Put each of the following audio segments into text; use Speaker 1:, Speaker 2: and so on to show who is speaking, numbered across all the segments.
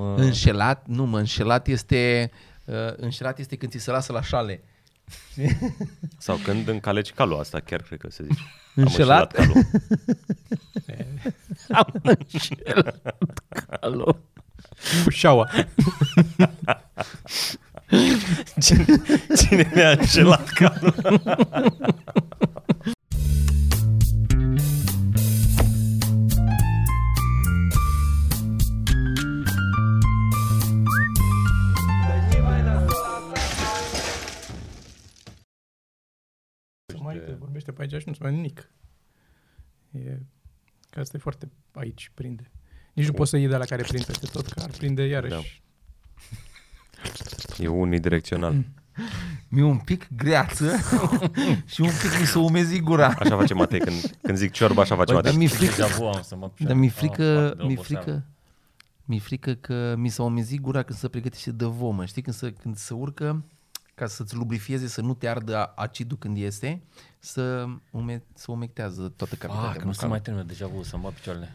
Speaker 1: Ah.
Speaker 2: Înșelat, nu mă, înșelat este, uh, înșelat este când ți se lasă la șale.
Speaker 3: Sau când încaleci calul asta, chiar cred că se zice. Am
Speaker 2: Înșelat?
Speaker 3: calul.
Speaker 2: Am înșelat calul.
Speaker 4: Cu șaua.
Speaker 3: Cine, cine mi-a înșelat calul?
Speaker 2: Păi
Speaker 4: Mai vorbește pe aici și nu-ți mai nimic. E... Că asta e foarte aici, prinde. Nici nu poți să iei de la care prinde peste tot, că ar prinde iarăși.
Speaker 3: E unidirecțional.
Speaker 2: Mi-e un pic greață și un pic mi se umezi gura.
Speaker 3: Așa face Matei, când, când zic ciorba, așa face
Speaker 2: Bă, Păi, dar
Speaker 3: Matei.
Speaker 2: mi-e
Speaker 1: Frică.
Speaker 2: frică,
Speaker 1: am să mă
Speaker 2: dar mi-e
Speaker 1: Ah,
Speaker 2: frică,
Speaker 1: de
Speaker 2: mi-e
Speaker 1: oboseală.
Speaker 2: frică, mi-e frică că mi s-a umezit gura când se pregătește de vomă. Știi, când se, când se urcă, ca să-ți lubrifieze, să nu te ardă acidul când iese, să, ume, să umectează toată
Speaker 1: Ah,
Speaker 2: cavitatea
Speaker 1: că nu se
Speaker 2: bucală.
Speaker 1: mai termină deja cu să-mi bat picioarele.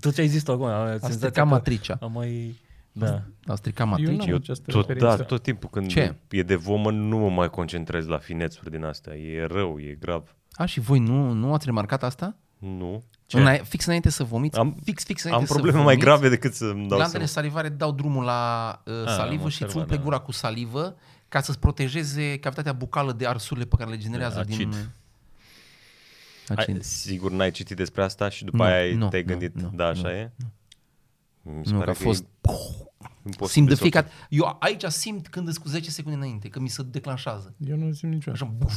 Speaker 1: Tot ce ai zis tu acum, am
Speaker 2: A
Speaker 1: senzația
Speaker 2: stricat
Speaker 1: că
Speaker 2: matricea.
Speaker 1: Am mai... Da.
Speaker 2: A stricat
Speaker 4: Eu
Speaker 2: matricea.
Speaker 4: n-am
Speaker 3: Eu
Speaker 4: această
Speaker 3: tot, da,
Speaker 4: referință.
Speaker 3: tot timpul când
Speaker 2: Ce?
Speaker 3: e de vomă nu mă mai concentrez la finețuri din astea. E rău, e grav.
Speaker 2: A, și voi nu, nu ați remarcat asta?
Speaker 3: Nu.
Speaker 2: Ce? Îna, fix înainte să vomiți,
Speaker 3: Am-
Speaker 2: am, fix, fix
Speaker 3: Am
Speaker 2: înainte să
Speaker 3: probleme mai
Speaker 2: vomiți,
Speaker 3: grave decât să-mi dau
Speaker 2: Glandele
Speaker 3: seama.
Speaker 2: salivare dau drumul la uh,
Speaker 1: am
Speaker 2: salivă și îți
Speaker 1: observat,
Speaker 2: umple
Speaker 1: da.
Speaker 2: gura cu salivă ca să-ți protejeze cavitatea bucală de arsurile pe care le generează
Speaker 1: acid.
Speaker 2: din...
Speaker 3: Ai,
Speaker 2: Acid.
Speaker 3: sigur, n-ai citit despre asta și după
Speaker 2: Nu,
Speaker 3: aia
Speaker 2: nu,
Speaker 3: te-ai
Speaker 2: nu,
Speaker 3: gândit,
Speaker 2: nu,
Speaker 3: da, așa
Speaker 2: nu,
Speaker 3: e? Mi se
Speaker 2: Nu,
Speaker 3: pare
Speaker 2: că a
Speaker 3: că e
Speaker 2: fost...
Speaker 3: imposibil
Speaker 2: Simt de
Speaker 3: să o
Speaker 2: fiecare... Eu aici simt când sunt cu 10 secunde înainte, că mi se declanșează.
Speaker 4: Eu nu simt niciodată.
Speaker 2: Așa, buf.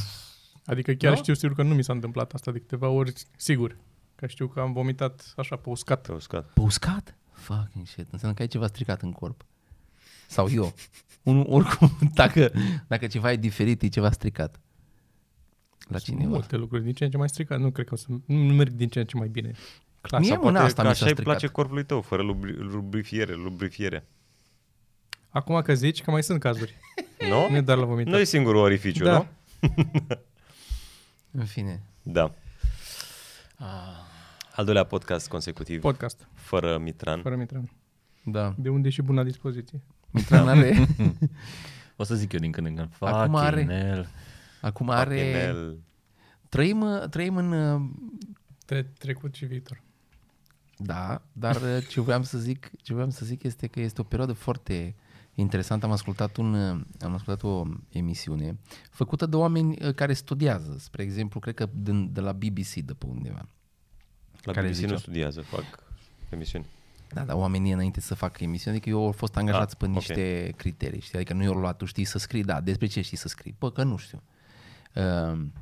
Speaker 4: Adică chiar
Speaker 2: Da?
Speaker 4: da? știu sigur că nu mi s-a întâmplat asta de câteva ori, sigur. Că știu că am vomitat așa pe uscat.
Speaker 3: Te-a uscat.
Speaker 2: Pe uscat? Fucking shit. Înseamnă că ai ceva stricat în corp. Sau eu. Unul, oricum, dacă, dacă ceva e diferit, e ceva stricat. La cineva.
Speaker 4: Multe lucruri din ce în ce mai stricat. Nu cred că o să... Nu nu merg din ce în ce mai bine. Clar,
Speaker 2: Mie
Speaker 4: sau
Speaker 2: mă-
Speaker 4: poate-
Speaker 2: Până asta
Speaker 3: că
Speaker 2: mi s-a
Speaker 3: așa îi
Speaker 2: stricat.
Speaker 3: place corpului tău, fără lubri- lubrifiere, lubrifiere.
Speaker 4: Acum că zici că mai sunt cazuri. Nu e
Speaker 3: Nu?
Speaker 4: doar la vomitat.
Speaker 3: Nu e singurul orificiu,
Speaker 4: Da.
Speaker 3: nu?
Speaker 2: În fine.
Speaker 3: Da. Ah. Al doilea podcast consecutiv,
Speaker 4: Podcast,
Speaker 3: fără Mitran.
Speaker 4: fără Mitran.
Speaker 2: Da.
Speaker 4: De unde e și buna dispoziție.
Speaker 2: Mitran are,
Speaker 1: O să zic eu din când în când.
Speaker 2: Acum
Speaker 1: Fucking
Speaker 2: are-
Speaker 1: hell.
Speaker 2: acum are,
Speaker 3: Inel.
Speaker 2: trăim, uh, trăim în, uh,
Speaker 4: Tre- trecut și viitor.
Speaker 2: da, dar uh, ce voiam să zic, ce voiam să zic este că este o perioadă foarte interesantă. Am ascultat, un, uh, am ascultat o emisiune făcută de oameni uh, care studiază, spre exemplu, cred că din, de la BBC de pe undeva.
Speaker 3: La
Speaker 2: Care
Speaker 3: BBC nu
Speaker 2: ziceam?
Speaker 3: studiază, fac emisiuni.
Speaker 2: Da, dar oamenii înainte să facă emisiune, adică eu au fost angajați
Speaker 3: Ah,
Speaker 2: pe
Speaker 3: ok.
Speaker 2: niște criterii, știi? Adică nu eu luat, tu știi să scrii, da, despre ce știi să scrii? Bă, că nu știu. Um,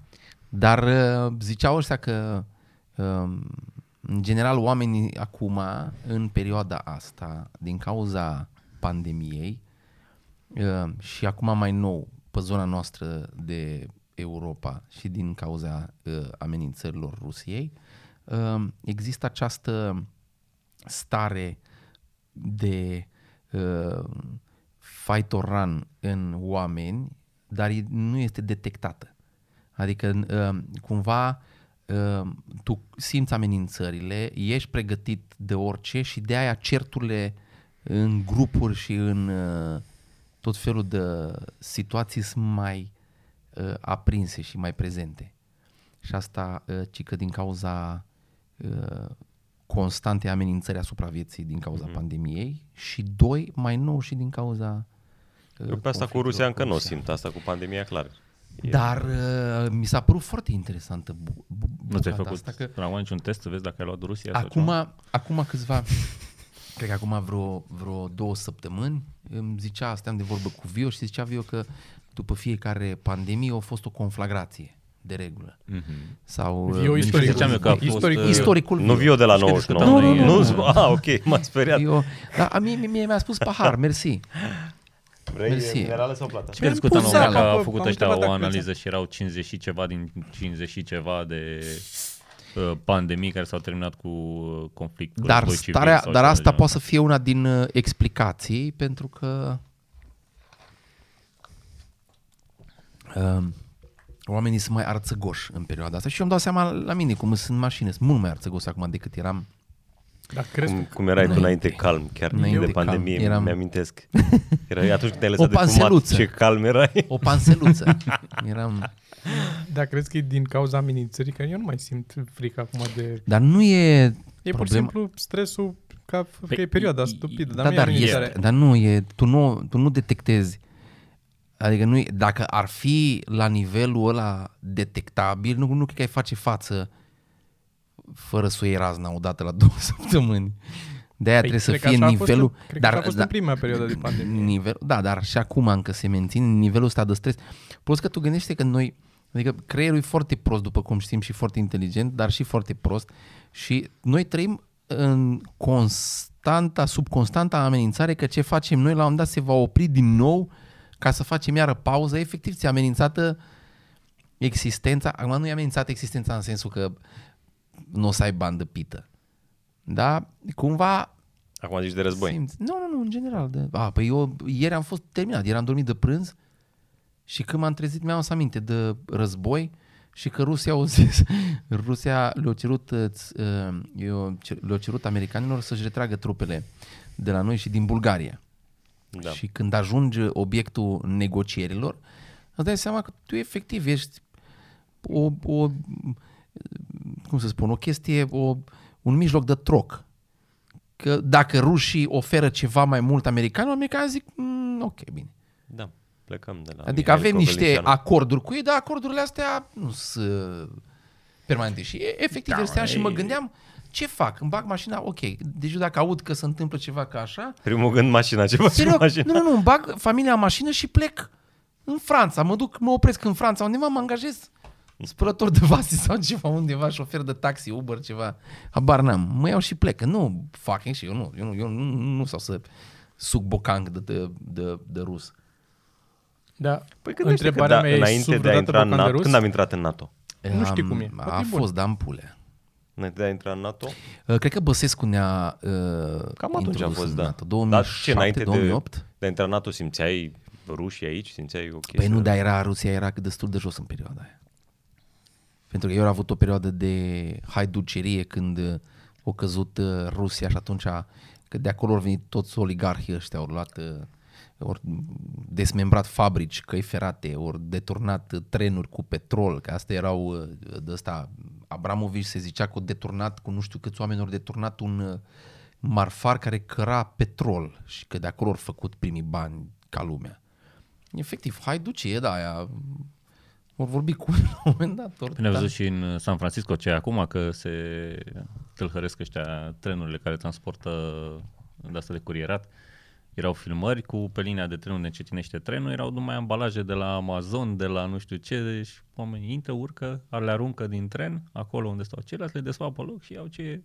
Speaker 2: dar uh, ziceau ăștia că, um, în general, oamenii acum, în perioada asta, din cauza pandemiei uh, și acum mai nou, pe zona noastră de Europa și din cauza uh, amenințărilor Rusiei, uh, există această stare de uh, fight or run în oameni, dar e- nu este detectată. Adică uh, cumva uh, tu simți amenințările, ești pregătit de orice și de aia certurile în grupuri și în uh, tot felul de situații sunt mai uh, aprinse și mai prezente. Și asta, uh, ci că din cauza uh, constante amenințări asupra vieții din cauza
Speaker 3: Mhm.
Speaker 2: mm-hmm. pandemiei și, doi, mai nou și din cauza... uh,
Speaker 3: Eu pe asta cu
Speaker 2: conflictelor
Speaker 3: Rusia încă nu o
Speaker 2: Rusia.
Speaker 3: simt, asta cu pandemia, clar. E-
Speaker 2: Dar uh, mi s-a părut foarte interesantă bu- bu-
Speaker 1: Nu ți-ai
Speaker 2: bucata
Speaker 1: făcut
Speaker 2: asta că
Speaker 1: până acum niciun test să vezi dacă ai luat Rusia sau
Speaker 2: acum,
Speaker 1: ceva?
Speaker 2: acum câțiva, cred că acum vreo, vreo două săptămâni, îmi zicea, stăteam de vorbă cu Vio și zicea Vio că după fiecare pandemie a fost o conflagrație de regulă. Mm-hmm. Sau
Speaker 4: Eu
Speaker 2: uh,
Speaker 4: istoric.
Speaker 1: Mhm. ziceam eu că a fost,
Speaker 4: istoric.
Speaker 1: uh,
Speaker 2: istoricul
Speaker 3: Nu viu de la
Speaker 1: Știi că
Speaker 3: 99.
Speaker 1: discutam
Speaker 2: noi,
Speaker 3: nu,
Speaker 2: uh,
Speaker 3: nu, a, Ah, ok, m-a speriat.
Speaker 2: Eu, dar Da, a mie, mie mi-a spus pahar, mersi.
Speaker 3: Vrei
Speaker 2: mersi.
Speaker 3: minerală sau plata?
Speaker 1: Ce discutam
Speaker 4: Mi-am
Speaker 1: la
Speaker 4: pus
Speaker 1: un moment dat
Speaker 4: seama,
Speaker 1: că au
Speaker 4: bă,
Speaker 1: făcut
Speaker 4: am
Speaker 1: ăștia
Speaker 4: întrebat
Speaker 1: o
Speaker 4: dacă
Speaker 1: analiză și erau 50 și ceva din 50 și ceva de uh, pandemii care s-au terminat cu uh, conflict. cu
Speaker 2: Dar,
Speaker 1: război civil
Speaker 2: starea,
Speaker 1: sau
Speaker 2: dar
Speaker 1: ceva de
Speaker 2: asta
Speaker 1: genul
Speaker 2: poate să fie una din uh, explicații, pentru că uh, oamenii sunt mai arțăgoși în perioada asta și eu îmi dau seama la mine cum sunt mașini, sunt mult mai arțăgos acum decât eram
Speaker 4: Dar crezi
Speaker 3: Cum,
Speaker 4: tu?
Speaker 3: cum erai tu
Speaker 2: Înainte.
Speaker 3: înainte calm, chiar
Speaker 2: Înainte
Speaker 3: de pandemie,
Speaker 2: calm,
Speaker 3: Eram...
Speaker 2: eram-
Speaker 3: mi-amintesc. Erai atunci când te-ai
Speaker 2: O
Speaker 3: lăsat de fumat,
Speaker 2: panseluță.
Speaker 3: ce calm erai.
Speaker 2: O panseluță. Eram...
Speaker 4: Dar crezi că e din cauza amenințării? Că eu nu mai simt frică acum de...
Speaker 2: Dar nu e...
Speaker 4: E pur și
Speaker 2: Problema-
Speaker 4: simplu stresul ca, că
Speaker 1: Păi,
Speaker 4: e perioada
Speaker 1: i- i-
Speaker 4: stupidă. Dar
Speaker 2: Da,
Speaker 4: nu
Speaker 2: dar,
Speaker 4: e amenințare.
Speaker 2: este, dar nu e... Tu nu, tu nu detectezi. Adică nu e, dacă ar fi la nivelul ăla detectabil, nu, nu cred că ai face față fără să o iei razna odată la două săptămâni. De-aia
Speaker 4: Păi,
Speaker 2: trebuie să
Speaker 4: cred că
Speaker 2: fie
Speaker 4: așa a fost
Speaker 2: nivelul... da,
Speaker 4: în- cred că așa a fost în prima perioadă de pandemie.
Speaker 2: Nivel, da, dar și acum încă se menține nivelul ăsta de stres. Plus că tu gândește că noi... Adică creierul e foarte prost, după cum știm, și foarte inteligent, dar și foarte prost. Și noi trăim în constanta, sub constanta amenințare că ce facem noi la un moment dat se va opri din nou ca să facem iară pauză. Efectiv, ți-a amenințată existența. Acum nu e amenințată existența în sensul că nu o să ai bandă pită. Da? Cumva
Speaker 3: Acum zici de război.
Speaker 2: Simți. Nu, nu, nu, în general. De... A, păi eu ieri am fost terminat, ieri am dormit de prânz și când m-am trezit mi-am adus aminte de război și că Rusia au zis, Rusia le-a cerut, uh, ț- uh, eu- cer- le-a cerut americanilor să-și retragă trupele de la noi și din Bulgaria.
Speaker 3: Da.
Speaker 2: Și când ajungi obiectul negocierilor, îți dai seama că tu efectiv ești o, o cum să spun, o chestie, o, un mijloc de troc. Că dacă rușii oferă ceva mai mult americanilor, americanii zic, mm, ok, bine.
Speaker 3: Da, plecăm de la
Speaker 2: Adică
Speaker 3: Mihail
Speaker 2: avem niște
Speaker 3: Coveliceanu.
Speaker 2: acorduri cu ei, dar acordurile astea nu sunt permanente. Și e- efectiv, da, stea și mă gândeam, ce fac? Îmi bag mașina? Ok. Deci eu dacă aud că se întâmplă ceva ca așa,
Speaker 3: Primul gând mașina, ce faci cu
Speaker 2: Serios,
Speaker 3: mașina?
Speaker 2: nu, nu, nu, îmi bag familia în mașină și plec în Franța. Mă duc, mă opresc în Franța undeva, mă angajez spălător de vase sau ceva undeva, șofer de taxi, Uber, ceva. Habar n-am. Mă iau și plec. Nu, fucking și eu nu. Eu nu, eu nu, nu stau să suc bocanc de, de, de, de rus.
Speaker 4: Da.
Speaker 3: Păi gândește că
Speaker 4: Întrebarea
Speaker 3: da,
Speaker 4: mea e,
Speaker 3: înainte de a intra în NATO, când am intrat în NATO?
Speaker 4: Nu știu
Speaker 2: Am-
Speaker 4: cum e.
Speaker 2: A
Speaker 4: Poate e bun.
Speaker 2: fost, da, în pule.
Speaker 3: Înainte de a intra în NATO?
Speaker 2: Uh, Cred că Băsescu ne-a uh,
Speaker 3: Cam atunci a
Speaker 2: introdus
Speaker 3: fost,
Speaker 2: în
Speaker 3: da.
Speaker 2: NATO.
Speaker 3: Dar ce,
Speaker 2: 2007,
Speaker 3: înainte de-
Speaker 2: 2008?
Speaker 3: De a intra în NATO simțeai rușii aici? Simțeai o chestie?
Speaker 2: Păi nu, dar era, Rusia era cât destul de jos în perioada aia. Pentru că eu am avut o perioadă de haiducerie când uh, o căzut uh, Rusia și atunci a- că de acolo au venit toți oligarhii ăștia, au luat uh, ori desmembrat fabrici, căi ferate, ori deturnat uh, trenuri cu petrol, că astea erau uh, de ăsta, Abramovici se zicea că o deturnat cu nu știu câți oameni au deturnat un uh, marfar care căra petrol și că de acolo au făcut primii bani ca lumea. Efectiv, haiducie, da, aia vor vorbi cu la un moment dat. da. Or,
Speaker 1: Ne-am văzut și în uh, San Francisco ce e acum, că se tâlhăresc ăștia trenurile care transportă de asta de curierat. Erau filmări cu pe linia de trenul ne cetinește trenul, erau numai ambalaje de la Amazon, de la nu știu ce, deci oamenii intră, urcă, ar- le aruncă din tren, acolo unde stau ceilalți, le desfac pe loc și iau ce e.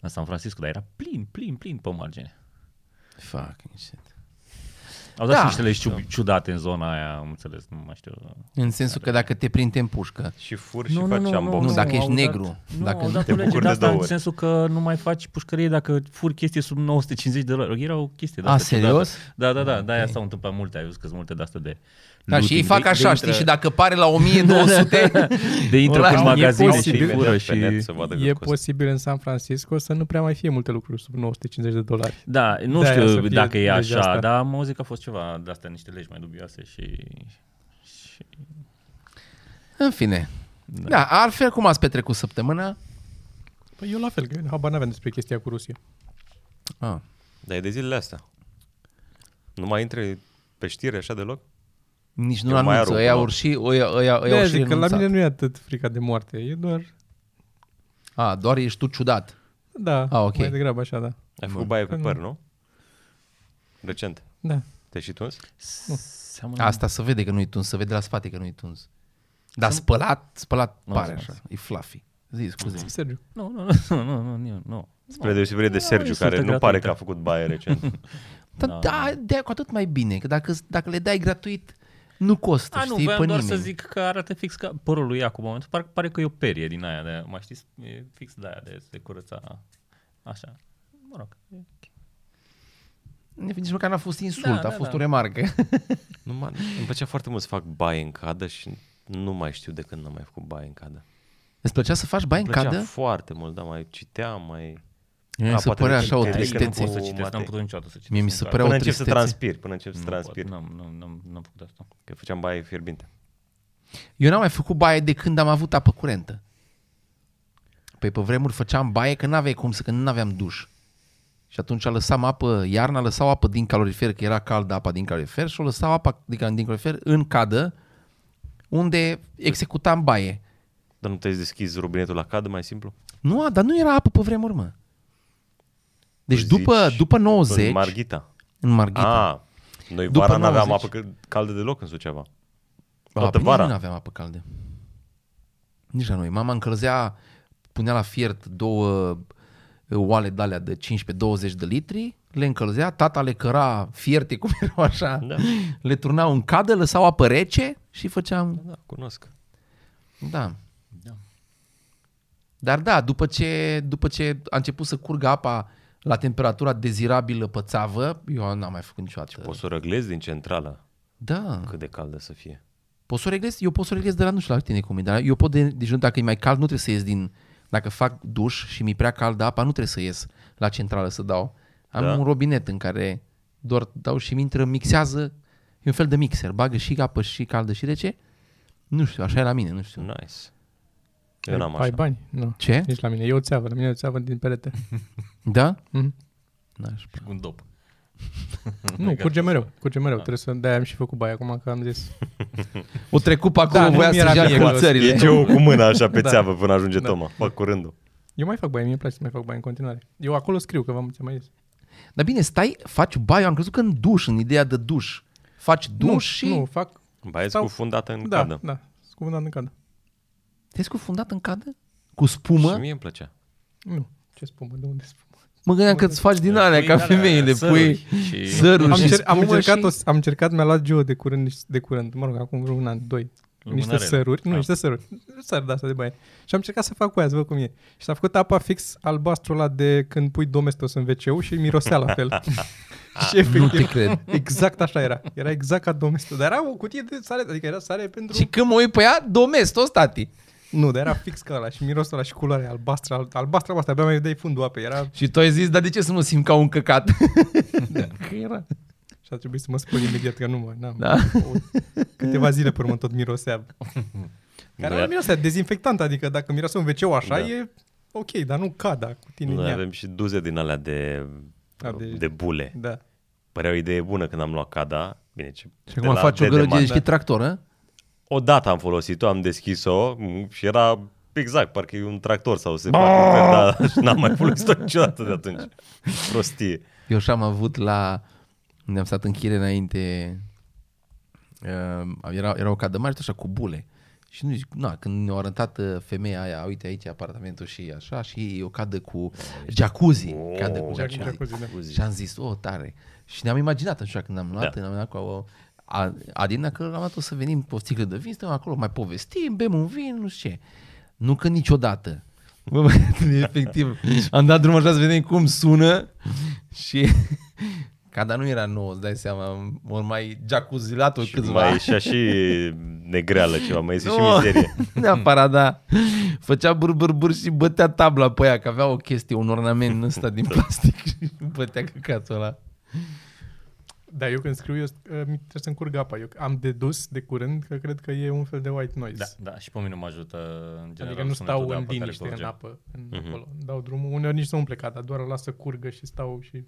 Speaker 1: În San Francisco, dar era plin, plin, plin pe margine.
Speaker 2: Fucking shit.
Speaker 1: Au dat
Speaker 2: Da.
Speaker 1: da. și niște legi ciu- ciudate în zona aia, am înțeles, nu mai știu.
Speaker 2: În sensul că dacă te prinde în pușcă,
Speaker 3: Și fur și faci
Speaker 2: nu,
Speaker 3: unboxing.
Speaker 2: dacă ești
Speaker 1: au
Speaker 2: negru,
Speaker 1: nu,
Speaker 2: dacă
Speaker 1: dacă
Speaker 2: nu-
Speaker 1: dat
Speaker 3: Te
Speaker 1: o lege
Speaker 3: bucuri
Speaker 1: de
Speaker 3: de
Speaker 1: asta
Speaker 3: două
Speaker 1: în
Speaker 3: ori.
Speaker 1: sensul că nu mai faci pușcărie dacă furi chestii sub 950 de dolari. Era o chestie de
Speaker 2: A,
Speaker 1: asta ciudată.
Speaker 2: serios? Ah,
Speaker 1: Da, da, da, da, aia s-au întâmplat multe, ai văzut că sunt multe de asta de
Speaker 2: da, și ei
Speaker 1: looting,
Speaker 2: fac
Speaker 1: de-
Speaker 2: așa,
Speaker 1: de
Speaker 2: știi,
Speaker 1: intră-
Speaker 2: și da- dacă pare la 1200,
Speaker 1: de intră
Speaker 2: Ăla
Speaker 1: în
Speaker 2: știi,
Speaker 1: magazine
Speaker 4: e
Speaker 1: și
Speaker 4: posibil.
Speaker 1: fură
Speaker 3: Pe net
Speaker 1: și...
Speaker 3: să vadă
Speaker 4: E
Speaker 3: cât costă.
Speaker 4: posibil în San Francisco să nu prea mai fie multe lucruri sub 950 de dolari.
Speaker 1: Da, nu
Speaker 4: De-aia să
Speaker 1: știu
Speaker 4: fie
Speaker 1: dacă e
Speaker 4: legea
Speaker 1: așa,
Speaker 4: asta.
Speaker 1: dar am auzit că a fost ceva de astea, niște legi mai dubioase și... și...
Speaker 2: în fine. Da. da, altfel cum ați petrecut săptămâna?
Speaker 4: Păi eu la fel, că habar n-aveam despre chestia cu Rusia.
Speaker 2: Păi, Ah.
Speaker 3: Dar e de zilele astea. Nu mai intri pe știri așa deloc?
Speaker 2: Nici nu
Speaker 3: Eu mai
Speaker 2: anunță,
Speaker 3: arunc,
Speaker 2: ăia
Speaker 3: nu.
Speaker 2: au și, ăia, ăia, ăia
Speaker 4: de
Speaker 2: au și
Speaker 4: zic că la
Speaker 2: renunțat.
Speaker 4: mine nu e atât frica de moarte, e doar...
Speaker 2: A, Ah, doar ești tu ciudat.
Speaker 4: Da,
Speaker 2: Ah, ok.
Speaker 4: mai degrabă așa, da.
Speaker 3: Ai făcut baie pe
Speaker 4: Nu.
Speaker 3: păr, nu? Recent.
Speaker 4: Da.
Speaker 3: Te-ai și tuns?
Speaker 1: Seamănă...
Speaker 2: Asta se vede că nu-i tuns, se vede la spate că nu-i tuns. Dar spălat, spălat
Speaker 1: Nu,
Speaker 2: pare
Speaker 1: nu,
Speaker 2: așa, e fluffy. Zi, scuze.
Speaker 4: Zi, Sergiu.
Speaker 1: Nu, nu, nu, nu, nu, nu, nu.
Speaker 3: Spre deosebire de
Speaker 1: Nu,
Speaker 3: Sergiu,
Speaker 1: insultă
Speaker 3: care nu pare
Speaker 1: gratuită.
Speaker 3: că a făcut baie recent.
Speaker 2: Dar da, de cu atât mai bine, că dacă, dacă le dai gratuit, nu costă,
Speaker 1: A, nu,
Speaker 2: știi,
Speaker 1: voiam
Speaker 2: pe
Speaker 1: doar
Speaker 2: nimeni.
Speaker 1: să zic că arată fix ca părul lui acum. în momentul- Pare, pare că e o perie din aia, de, mai știți, e fix de aia de se curăța. Așa. Mă rog.
Speaker 2: Nici măcar n-a fost insult,
Speaker 1: Da,
Speaker 2: a
Speaker 1: da,
Speaker 2: fost
Speaker 1: da.
Speaker 2: o remarcă.
Speaker 3: nu mă, îmi plăcea foarte mult să fac baie în cadă și nu mai știu de când n-am mai făcut baie în cadă.
Speaker 2: Îți plăcea să faci bai în
Speaker 3: Îmi plăcea
Speaker 2: cadă?
Speaker 3: foarte mult, dar mai citeam, mai...
Speaker 2: Mie mi se
Speaker 3: poate
Speaker 2: părea
Speaker 3: nu
Speaker 2: așa o
Speaker 3: citeai, că nu
Speaker 2: tristețe.
Speaker 1: adică Pot să
Speaker 3: cu
Speaker 1: citesc, n-am
Speaker 3: Matei.
Speaker 1: putut niciodată să citesc.
Speaker 2: Mie mi se
Speaker 1: într-adevăr.
Speaker 2: părea
Speaker 3: Până
Speaker 2: o
Speaker 3: încep să
Speaker 2: tristețe.
Speaker 3: transpir, până încep să
Speaker 1: Nu pot,
Speaker 3: transpir.
Speaker 1: N-am, n-am, n-am, n-am făcut asta.
Speaker 3: Că făceam baie fierbinte.
Speaker 2: Eu n-am mai făcut baie de când am avut apă curentă. Păi pe vremuri făceam baie că n-aveai cum să, că nu aveam duș. Și atunci lăsam apă, iarna lăsau apă din calorifer, că era caldă apa din calorifer și o lăsau apa din cal- din calorifer în cadă, unde executam baie.
Speaker 3: Dar nu te-ai deschis rubinetul la cadă, mai simplu?
Speaker 2: Nu, dar nu era apă pe vremuri, mă. Deci
Speaker 3: Tu
Speaker 2: după,
Speaker 3: Păi zici
Speaker 2: după 90,
Speaker 3: În Marghita.
Speaker 2: în Marghita,
Speaker 3: Ah, noi
Speaker 2: După
Speaker 3: vara n-aveam
Speaker 2: 90.
Speaker 3: apă că- caldă deloc în Suceava.
Speaker 2: A,
Speaker 3: toată
Speaker 2: păi nici
Speaker 3: vara.
Speaker 2: Nu aveam apă caldă. Nici la noi. Mama încălzea, punea la fiert două uh, oale de alea de 15-20 de litri, le încălzea, tata le căra fierte cum erau așa, da.
Speaker 3: Da.
Speaker 2: le turnau în cadă, lăsau apă rece și făceam...
Speaker 3: Da, cunosc.
Speaker 2: Da. Dar da, după ce, după ce a început să curgă apa la temperatura dezirabilă pe țavă, eu n-am mai făcut niciodată.
Speaker 3: Poți să o răglezi din centrală,
Speaker 2: Da.
Speaker 3: cât de caldă să fie.
Speaker 2: Pot să o reglez? Eu pot să o reglez de la nu știu la tine cum e, dar eu pot de dejun, dacă e mai cald, nu trebuie să ies din... Dacă fac duș și mi-e prea caldă apa, nu trebuie să ies la centrală să dau. Am da.
Speaker 3: Da.
Speaker 2: un robinet în care doar dau și mi intră, mixează, e un fel de mixer, bagă și apă și caldă și rece. Nu știu, așa e la mine, nu știu.
Speaker 3: Nice. Eu n-am
Speaker 4: Ai
Speaker 3: așa.
Speaker 4: bani? Nu.
Speaker 2: Ce?
Speaker 4: Nici la mine. E o țeavă. La mine e o țeavă din perete.
Speaker 2: Da?
Speaker 4: Mhm.
Speaker 2: N-aș.
Speaker 1: Și cu un dop.
Speaker 4: nu, curge mereu. Curge mereu.
Speaker 2: Da.
Speaker 4: Trebuie să... De-aia am și făcut baia acum că am zis.
Speaker 2: O trecut pe acolo,
Speaker 4: Da,
Speaker 2: da,
Speaker 4: nu
Speaker 2: voia
Speaker 4: mi-era
Speaker 2: să
Speaker 4: mie
Speaker 2: ia
Speaker 4: acolo.
Speaker 2: cu țările.
Speaker 3: E Joe cu mâna așa pe
Speaker 4: Da.
Speaker 3: țeavă până ajunge
Speaker 4: Da.
Speaker 3: Toma. Fac cu rândul.
Speaker 4: Eu mai fac baie. Mie îmi place să mai fac baie în continuare. Eu acolo scriu că v-am ți-am mai zis.
Speaker 2: Dar bine, stai, faci baie, am crezut că în duș, în ideea de duș. Faci duș
Speaker 4: nu,
Speaker 2: și...
Speaker 4: Nu, fac...
Speaker 3: Baieți
Speaker 4: Stau-
Speaker 3: cufundată în
Speaker 4: da,
Speaker 3: cadă.
Speaker 4: da. Scufundat în cadă.
Speaker 2: Te-ai scufundat în cadă? Cu
Speaker 3: Și
Speaker 2: spumă?
Speaker 3: mie îmi plăcea.
Speaker 4: Nu. Ce spumă? De unde spumă?
Speaker 2: Mă gândeam că îți faci Păi, din alea ca femeile, pui
Speaker 1: Păi, și...
Speaker 2: zăruri
Speaker 4: Am,
Speaker 2: și
Speaker 4: cer, am,
Speaker 2: spumă
Speaker 4: încercat,
Speaker 2: și...
Speaker 4: și... o, am încercat, mi-a luat Gio de curând, niște- de curând, mă rog, acum vreun an, doi, niște
Speaker 1: Lumânarele.
Speaker 4: săruri,
Speaker 2: Da.
Speaker 4: nu,
Speaker 1: Ah.
Speaker 4: niște săruri, sări de asta de baie. Și am încercat să fac cu aia, să văd cum e. Și s-a făcut apa fix albastru ăla de când pui domestos în wc și mirosea la fel. și
Speaker 2: Nu te
Speaker 4: efectiv,
Speaker 2: cred.
Speaker 4: exact așa era. Era exact ca domestos, dar era o cutie de sare, adică era sare pentru...
Speaker 2: Și când mă uit pe ea, domestos, tati.
Speaker 4: Nu, dar era fix ca ăla și mirosul ăla și culoarea albastră, al- albastră, albastră, abia mai vedeai fundul apei, era...
Speaker 2: Și tu ai zis, dar de ce să mă simt ca un căcat? Că era.
Speaker 4: Și a trebuit să mă spun imediat că nu mă, n-am.
Speaker 2: Da.
Speaker 4: Câteva zile pe urmă tot mirosea. Care
Speaker 3: Noi-
Speaker 4: nu mirosea dezinfectant, adică dacă mirosea un wc așa
Speaker 3: Da.
Speaker 4: e ok, dar nu cada cu tine în
Speaker 3: Noi
Speaker 4: ea.
Speaker 3: avem și duze din alea de,
Speaker 4: A, de-
Speaker 3: de bule.
Speaker 4: Da.
Speaker 3: Părea o idee bună când am luat cada. Bine, ce,
Speaker 2: Și acum faci o gălăgie și tractor, a?
Speaker 3: Odată am folosit-o, am deschis-o m, și era exact, parcă e un tractor sau se poate, da, și n-am mai folosit-o niciodată de atunci. Prostie.
Speaker 2: Eu și-am avut la... Unde am stat în chire înainte... Uh, era, era o cadă mare, tot așa, cu bule. Și nu zic, na, când ne-a arătat uh, femeia aia, uite aici apartamentul și așa, și eu cadă cu jacuzzi. Cadă cu
Speaker 3: Oh,
Speaker 2: jacuzzi.
Speaker 4: jacuzzi, da.
Speaker 2: Și am zis, o, tare. Și ne-am imaginat așa când am luat,
Speaker 3: Da.
Speaker 2: da. am luat cu o, a, Adina că am luat o să venim cu o sticlă de vin, stăm acolo, mai povestim, bem un vin, nu știu ce. Nu că niciodată. Bă, mă, efectiv, am dat drumul așa să vedem cum sună și cada nu era nouă, îți dai seama, ori mai jacuzilat-o
Speaker 3: Și
Speaker 2: câțiva.
Speaker 3: mai ieșea și negreală ceva, mai ieșea și
Speaker 2: Nu,
Speaker 3: mizerie.
Speaker 2: Neapărat, da. Făcea bur, bur, bur și bătea tabla pe ea, că avea o chestie, un ornament în ăsta
Speaker 3: Da.
Speaker 2: din plastic și bătea căcatul ăla.
Speaker 4: Da, eu când scriu, eu, uh, mi- trebuie să-mi curg apa. Eu am dedus de curând că cred că e un fel de white noise.
Speaker 1: Da, da, și pe mine mă ajută în general.
Speaker 4: Adică nu
Speaker 1: sunetul
Speaker 4: stau
Speaker 1: de
Speaker 4: în
Speaker 1: apă care
Speaker 4: liniște,
Speaker 1: curge.
Speaker 4: în apă, în acolo. Dau drumul, uneori nici nu umple cada, doar o las să curgă și stau și...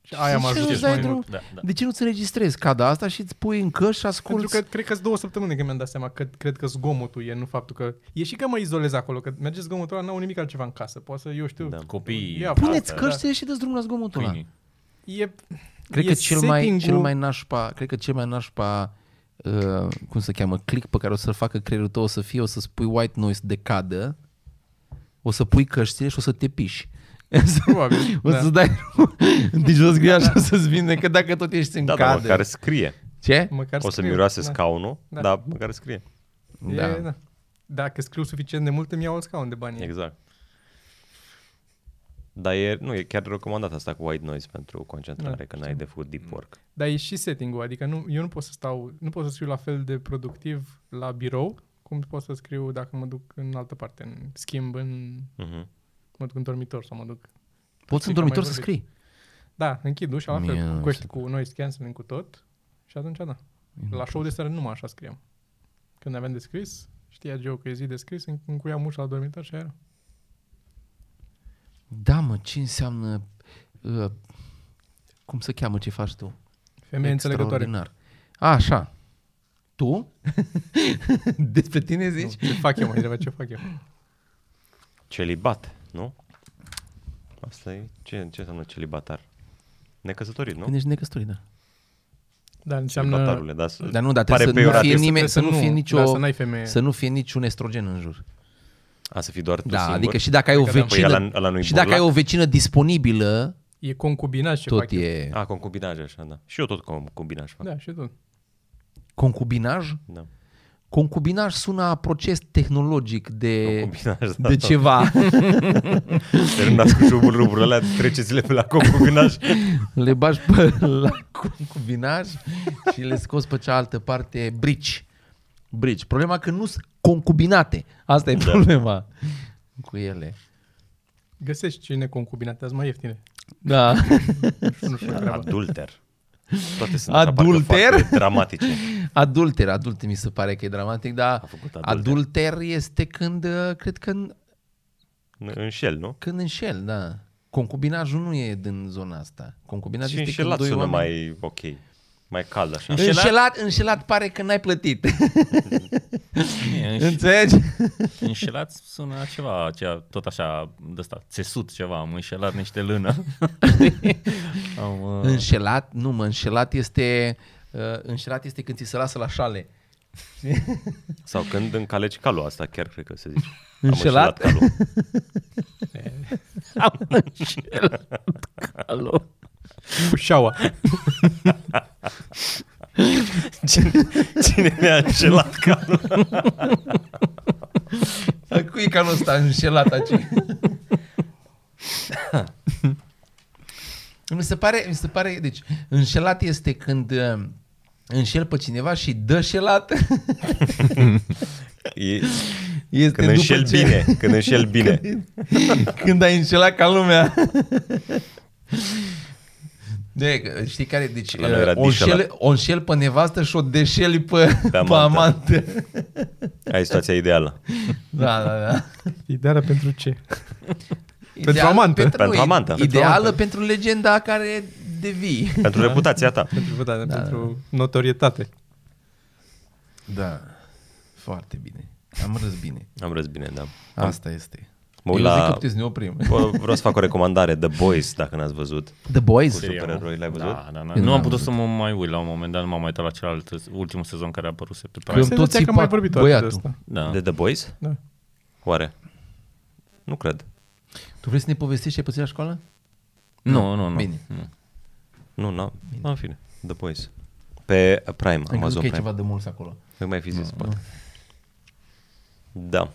Speaker 4: Și aia mă
Speaker 2: ce
Speaker 4: ajută
Speaker 2: nu-ți
Speaker 4: și
Speaker 2: dai
Speaker 4: mai
Speaker 2: drumul?
Speaker 4: mult.
Speaker 1: Da, da.
Speaker 2: De ce nu-ți înregistrezi cada asta și îți pui în căști și
Speaker 4: Pentru
Speaker 2: asculti?
Speaker 4: că cred că sunt două săptămâni când mi-am dat seama că cred că zgomotul e, nu faptul că... E și că mă izolez acolo, că merge zgomotul ăla, n-au nimic altceva în casă. Poate să, eu știu...
Speaker 3: Da.
Speaker 1: Copiii,
Speaker 4: Ia,
Speaker 2: Puneți
Speaker 4: Da.
Speaker 2: căștile și dă drumul la zgomotul ăla.
Speaker 1: câinii.
Speaker 4: E,
Speaker 2: Cred
Speaker 4: e
Speaker 2: că cel mai, cel
Speaker 4: setting-ul-
Speaker 2: mai nașpa, cred că cel mai nașpa uh, cum se cheamă, click pe care o să-l facă creierul tău o să fie, o să spui white noise de cadă, o să pui căștile și o să te piși.
Speaker 4: Probabil,
Speaker 2: o
Speaker 4: da.
Speaker 2: să dai deci o scrie așa să-ți vine că dacă tot ești în
Speaker 3: Da, dar
Speaker 2: cadă.
Speaker 3: măcar scrie.
Speaker 2: Ce?
Speaker 4: Măcar
Speaker 3: O să
Speaker 4: scriu,
Speaker 3: miroase
Speaker 4: da.
Speaker 3: scaunul,
Speaker 4: Da.
Speaker 3: dar măcar scrie.
Speaker 4: E,
Speaker 2: Da.
Speaker 4: da. Dacă scriu suficient de mult, îmi iau alt scaun de bani.
Speaker 3: Exact. Dar e, nu, e chiar recomandat asta cu white noise pentru concentrare,
Speaker 4: Da,
Speaker 3: da, când ai de făcut
Speaker 2: Mm.
Speaker 3: deep work.
Speaker 4: Dar e și setting-ul, adică nu, eu nu pot să stau, nu pot să scriu la fel de productiv la birou, cum pot să scriu dacă mă duc în altă parte, în schimb, în,
Speaker 3: Mhm.
Speaker 4: mă duc în dormitor sau mă duc
Speaker 2: Poți în
Speaker 4: că am mai
Speaker 2: dormitor să
Speaker 4: vorbit.
Speaker 2: scrii.
Speaker 4: Da, închid ușa, la
Speaker 2: Mie nu
Speaker 4: fel, cu
Speaker 2: știu.
Speaker 4: coști, cu noise cancelling, cu tot. Și atunci, da. La show de seară numai așa scriam. Când aveam de scris, știa Geo că e zi de scris, în- încuiam ușa la dormitor și aia era.
Speaker 2: Da, mă, ce înseamnă... Uh, cum se cheamă ce faci tu?
Speaker 4: Femeie înțelegătoare.
Speaker 2: Extraordinar. A, așa. Tu? Despre tine
Speaker 4: Nu,
Speaker 2: zici?
Speaker 4: ce fac eu, mai întreba ce fac eu.
Speaker 3: Celibat, nu? Asta e... Ce, ce înseamnă celibatar? Necăsătorit, nu?
Speaker 2: Când ești necăsătorit, da.
Speaker 4: Dar Da, înseamnă...
Speaker 3: Celibatarule, dar,
Speaker 2: Dar nu, dar
Speaker 3: Pare
Speaker 2: trebuie să nu,
Speaker 3: peiorativ
Speaker 2: fie
Speaker 3: să
Speaker 2: nimeni,
Speaker 4: trebuie
Speaker 2: să nu fie
Speaker 4: Da, să
Speaker 2: nicio...
Speaker 4: n-ai femeie.
Speaker 2: Să nu fie niciun estrogen în jur.
Speaker 3: A, să fii doar tu
Speaker 2: Da,
Speaker 3: singur?
Speaker 2: adică și dacă ai o
Speaker 4: Adică da.
Speaker 3: Păi ăla,
Speaker 2: vecină,
Speaker 3: ăla nu-i
Speaker 2: și dacă ai
Speaker 3: burlac?
Speaker 2: o vecină disponibilă,
Speaker 4: E concubinaj ce
Speaker 2: tot
Speaker 4: fac eu.
Speaker 2: e
Speaker 3: A, concubinaj, așa, da. Și eu tot concubinaj fac.
Speaker 4: Da, și tot.
Speaker 2: concubinaj.
Speaker 3: Da.
Speaker 2: Concubinaj sună a proces tehnologic de,
Speaker 3: Concubinaj, da.
Speaker 2: de ceva.
Speaker 3: Terminați cu șuburuburile alea, treceți-le pe la concubinaj.
Speaker 2: le bagi pe la concubinaj și le scoți pe cealaltă parte brici. Brici. Problema că nu sunt concubinate. Asta
Speaker 3: Da.
Speaker 2: e problema cu ele.
Speaker 4: Găsești cine concubinate, azi mai ieftine.
Speaker 2: Da.
Speaker 4: Și nu știu treaba.
Speaker 3: Adulter. Toate sunt așa, parcă
Speaker 2: Adulter?
Speaker 3: foarte dramatice.
Speaker 2: Adulter, adulter mi se pare că e dramatic, dar
Speaker 3: A făcut
Speaker 2: adulter.
Speaker 3: adulter.
Speaker 2: adulter este când, uh, cred că în-
Speaker 3: În- Înșel, nu?
Speaker 2: când înșel, da. Concubinajul nu e din zona asta. Concubinajul
Speaker 3: Și
Speaker 2: este când
Speaker 3: înșelat
Speaker 2: doi
Speaker 3: sună
Speaker 2: oameni...
Speaker 3: mai ok. Mai cald, așa.
Speaker 2: Înșelat? înșelat, înșelat pare că n-ai plătit. Înțelegi?
Speaker 1: Înșelat sună la ceva, cea, tot așa, de ăsta, țesut ceva, am înșelat niște lână. am,
Speaker 3: Ah.
Speaker 1: uh,
Speaker 2: Înșelat, nu mă, înșelat este, uh, înșelat este când ți se lasă la șale.
Speaker 3: Sau când încaleci calul asta, chiar cred că se zice. Am
Speaker 2: Înșelat?
Speaker 3: calul.
Speaker 2: Am înșelat calul.
Speaker 4: Cu șaua.
Speaker 3: Cine, cine mi-a înșelat calul?
Speaker 2: Cui e calul ăsta înșelat aici? mi se pare, mi se pare, deci, înșelat este când uh, înșel pe cineva și dă șelat.
Speaker 3: E,
Speaker 2: Este
Speaker 3: când
Speaker 2: după
Speaker 3: înșel
Speaker 2: ce-
Speaker 3: bine, când înșel bine.
Speaker 2: Când ai înșelat ca lumea. De, că știi care? Deci,
Speaker 3: La noi era
Speaker 2: uh, o, înșel,
Speaker 3: dișelat.
Speaker 2: o înșel pe nevastă și o deșeli pe, pe
Speaker 3: amantă.
Speaker 2: amantă.
Speaker 3: Ai situația ideală.
Speaker 2: Da, da, da.
Speaker 4: Ideală pentru ce? Pentru
Speaker 2: Ideal-
Speaker 4: amantă.
Speaker 3: Pentru amantă. Pentru
Speaker 2: Ideală pentru,
Speaker 4: amantă.
Speaker 2: legenda care devii.
Speaker 3: Pentru reputația ta.
Speaker 4: Pentru, da, da. pentru notorietate.
Speaker 1: Păi
Speaker 2: Da. Foarte bine. Am râs bine.
Speaker 3: Am răs bine, da.
Speaker 2: Asta este.
Speaker 3: Mă
Speaker 2: Eu
Speaker 3: uit
Speaker 2: zic că
Speaker 3: la...
Speaker 2: puteți să ne oprim.
Speaker 3: Bă, Vreau să fac o recomandare, The Boys, dacă n-ați văzut.
Speaker 2: The Boys?
Speaker 3: Cu supereroi, l-ai văzut?
Speaker 1: Da, da, da.
Speaker 2: Eu
Speaker 1: Nu
Speaker 2: n-am
Speaker 1: am putut să mă mai uit la un moment dat, nu m-am mai uitat la celălalt, ultimul sezon care a apărut pe
Speaker 2: Când
Speaker 1: Prime.
Speaker 2: tot
Speaker 4: Păi Se tot că am
Speaker 2: țipat
Speaker 4: mai vorbit toate de
Speaker 2: băiatul.
Speaker 4: asta.
Speaker 1: Da.
Speaker 3: De The Boys?
Speaker 4: Da.
Speaker 3: Oare? Nu cred.
Speaker 2: Tu vrei să ne povestești ce ai pățit la școală?
Speaker 1: Nu, nu, nu.
Speaker 2: Bine.
Speaker 1: Nu.
Speaker 3: Nu, nu. Nu, în fine. The Boys. Pe Prime,
Speaker 2: Am crezut
Speaker 3: Amazon
Speaker 2: că e
Speaker 3: Prime.
Speaker 2: ceva de mulți acolo.
Speaker 3: Nu mai fi zis, poate. Da.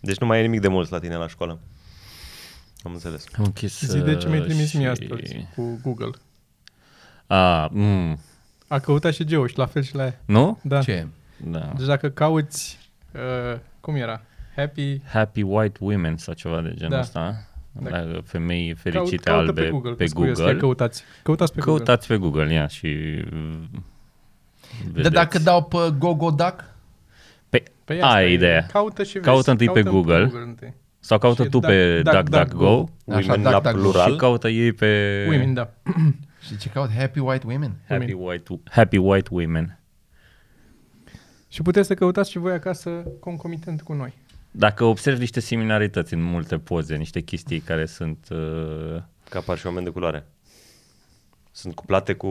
Speaker 3: Deci nu mai e nimic de mult la tine la școală. Am înțeles.
Speaker 1: Am închis. uh,
Speaker 4: Zi de ce mi-ai trimis
Speaker 1: și-
Speaker 4: mie astăzi cu Google.
Speaker 1: A, mm,
Speaker 4: A căutat și Geo și la fel și la ea.
Speaker 1: nu?
Speaker 4: Da.
Speaker 2: Ce?
Speaker 1: Da.
Speaker 4: Deci dacă cauți, uh, cum era? Happy,
Speaker 1: Happy White Women sau ceva de genul
Speaker 4: Da.
Speaker 1: ăsta.
Speaker 4: Da.
Speaker 1: Da. Femei
Speaker 4: Caut-
Speaker 1: fericite
Speaker 4: caută
Speaker 1: albe
Speaker 4: pe Google.
Speaker 1: Pe
Speaker 4: că-s curios,
Speaker 1: Google.
Speaker 4: ia Căutați. Căutați pe Google.
Speaker 1: Căutați pe Google, ia și mm,
Speaker 3: Da,
Speaker 2: Dar
Speaker 1: vedeți.
Speaker 2: dacă dau pe GoGoDac?
Speaker 1: Pe,
Speaker 4: Păi
Speaker 1: Aia
Speaker 4: asta
Speaker 1: e
Speaker 4: e.
Speaker 1: ideea.
Speaker 4: Caută și vezi.
Speaker 1: Caută întâi pe
Speaker 4: Caută
Speaker 1: Google.
Speaker 4: întâi.
Speaker 1: sau caută
Speaker 4: Și da,
Speaker 1: tu pe
Speaker 4: Duck-
Speaker 1: DuckDuckGo
Speaker 4: DuckDuckGo.
Speaker 3: Women
Speaker 2: Așa,
Speaker 3: la
Speaker 2: dac, dac,
Speaker 3: plural.
Speaker 1: și caută ei pe
Speaker 4: da. Women, da.
Speaker 2: Și ce caut? Happy White Women?
Speaker 1: Happy White, Happy White Women.
Speaker 4: Și puteți să căutați și voi acasă concomitent cu noi.
Speaker 1: Dacă observi niște similarități în multe poze, niște chestii care sunt... Uh,
Speaker 3: Că apar și oameni de culoare. Sunt cuplate cu...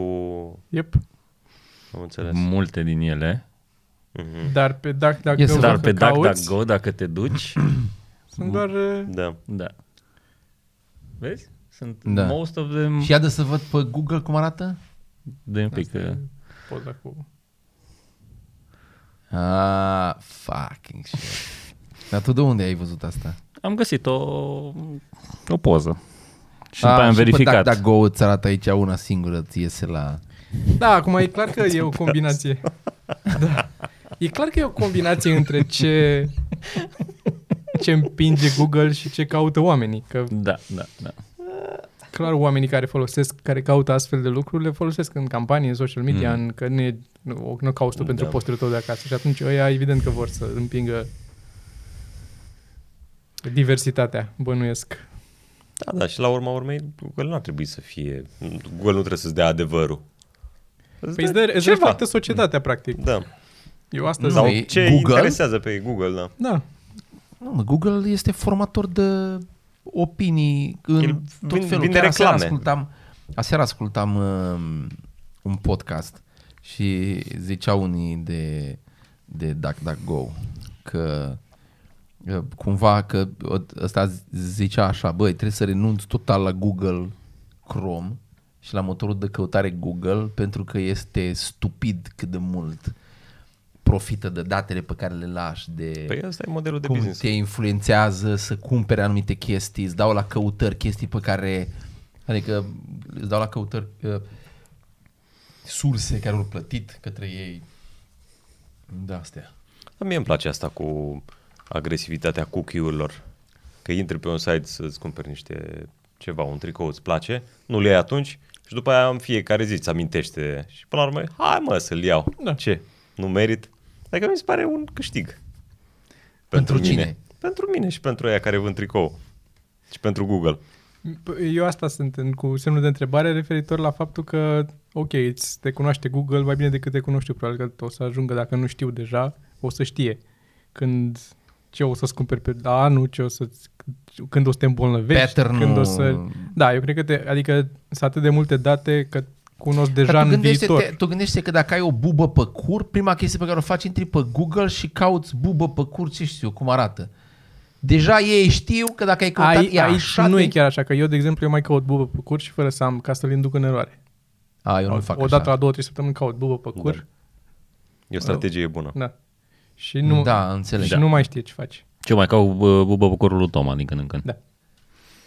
Speaker 4: Yep.
Speaker 3: Am înțeles.
Speaker 1: multe din ele.
Speaker 4: Dar pe Duck, dacă
Speaker 2: Yes,
Speaker 4: yes,
Speaker 1: Mm. Dar pe
Speaker 4: cauți,
Speaker 1: DuckDuckGo, dacă te duci,
Speaker 4: sunt doar... uh,
Speaker 3: Da.
Speaker 1: da. Vezi? Sunt
Speaker 2: Da.
Speaker 1: da. most of them...
Speaker 2: Și iată să văd pe Google cum arată?
Speaker 1: Dă un pic, uh,
Speaker 4: Poza cu...
Speaker 2: Ah, fucking shit. Dar tu de unde ai văzut asta?
Speaker 1: am găsit o, o poză. Și
Speaker 2: Ah,
Speaker 1: după aia am
Speaker 2: și pe
Speaker 1: verificat.
Speaker 2: DuckDuckGo îți arată aici una singură, ți iese la...
Speaker 4: Da, acum e clar că e o combinație. Da. E clar că e o combinație între ce, ce împinge Google și ce caută oamenii. Că
Speaker 1: Da, da, da.
Speaker 4: clar oamenii care folosesc, care caută astfel de lucruri, le folosesc în campanii, în social media, mm. în, că nu, e, nu, nu cauți tu da. pentru
Speaker 3: Da.
Speaker 4: postul tău de acasă. Și atunci ăia evident că vor să împingă diversitatea, bănuiesc.
Speaker 3: Da, da, și la urma urmei, Google nu ar trebui să fie... Google nu trebuie să-ți dea adevărul. Îți
Speaker 4: Păi
Speaker 3: dă
Speaker 4: îți dă, îți
Speaker 3: ceva.
Speaker 4: reflectă societatea, practic.
Speaker 3: Da.
Speaker 4: Eu asta
Speaker 2: Sau-
Speaker 4: zic.
Speaker 2: e
Speaker 3: Ce Google?
Speaker 2: Google?
Speaker 3: interesează pe Google, da.
Speaker 4: Da.
Speaker 2: Nu, mă, Google este formator de opinii în
Speaker 3: El
Speaker 2: tot
Speaker 3: vin-
Speaker 2: felul.
Speaker 3: vinde
Speaker 2: Chiar aseară
Speaker 3: reclame.
Speaker 2: ascultam, aseară ascultam um, un podcast și zicea unii de, de DuckDuckGo că uh, cumva că ă- ăsta zicea așa, băi, trebuie să renunți total la Google Chrome și la motorul de căutare Google pentru că este stupid cât de mult profită de datele pe care le lași de
Speaker 3: Păi ăsta e modelul de
Speaker 2: cum
Speaker 3: business.
Speaker 2: te influențează să cumpere anumite chestii, îți dau la căutări chestii pe care, adică îți dau la căutări uh, surse care au plătit către ei. Da, astea.
Speaker 3: Dar mie îmi place asta cu agresivitatea cookie-urilor. Că intri pe un site să-ți cumperi niște ceva, un tricou îți place, nu-l iei atunci și după aia în fiecare zi îți amintește. Și până la urmă, hai mă să-l iau.
Speaker 4: Da.
Speaker 3: Ce? Nu merit? Adică mi se pare un câștig.
Speaker 2: Pentru
Speaker 3: mine.
Speaker 2: cine?
Speaker 3: Pentru mine și pentru aia care vând tricou. Și pentru Google.
Speaker 4: P- Păi, Eu asta sunt în, cu semnul de întrebare referitor la faptul că, ok, îți te cunoaște Google mai bine decât te cunoști eu. Probabil că o să ajungă, dacă nu știu deja, o să știe când ce o să-ți cumperi pe la anul, ce o să când o să te îmbolnăvești,
Speaker 2: Pattern-ul-
Speaker 4: când o să... Da, eu cred că te, adică sunt atât de multe date că cunosc deja
Speaker 2: Dar tu
Speaker 4: în viitor.
Speaker 2: gândește-te, tu gândește că dacă ai o bubă pe cur, prima chestie pe care o faci, intri pe Google și cauți bubă pe cur, ce știu, eu, cum arată. Deja ei știu că dacă ai căutat,
Speaker 4: Ai,
Speaker 2: e
Speaker 4: aici
Speaker 2: așa
Speaker 4: nu
Speaker 2: de...
Speaker 4: e chiar așa, că eu, de exemplu, eu mai caut bubă pe cur și fără să am, ca să-l induc în eroare.
Speaker 2: A, eu nu fac
Speaker 4: o dată
Speaker 2: așa. Da.
Speaker 4: la două, trei săptămâni caut bubă pe cur.
Speaker 3: E o strategie bună.
Speaker 4: Da. Și nu,
Speaker 2: Da,
Speaker 4: și
Speaker 2: înțeleg.
Speaker 4: nu mai știe ce faci.
Speaker 1: Ce mai cau bă, bubă bucorul lui Toma din când în când.
Speaker 4: Da.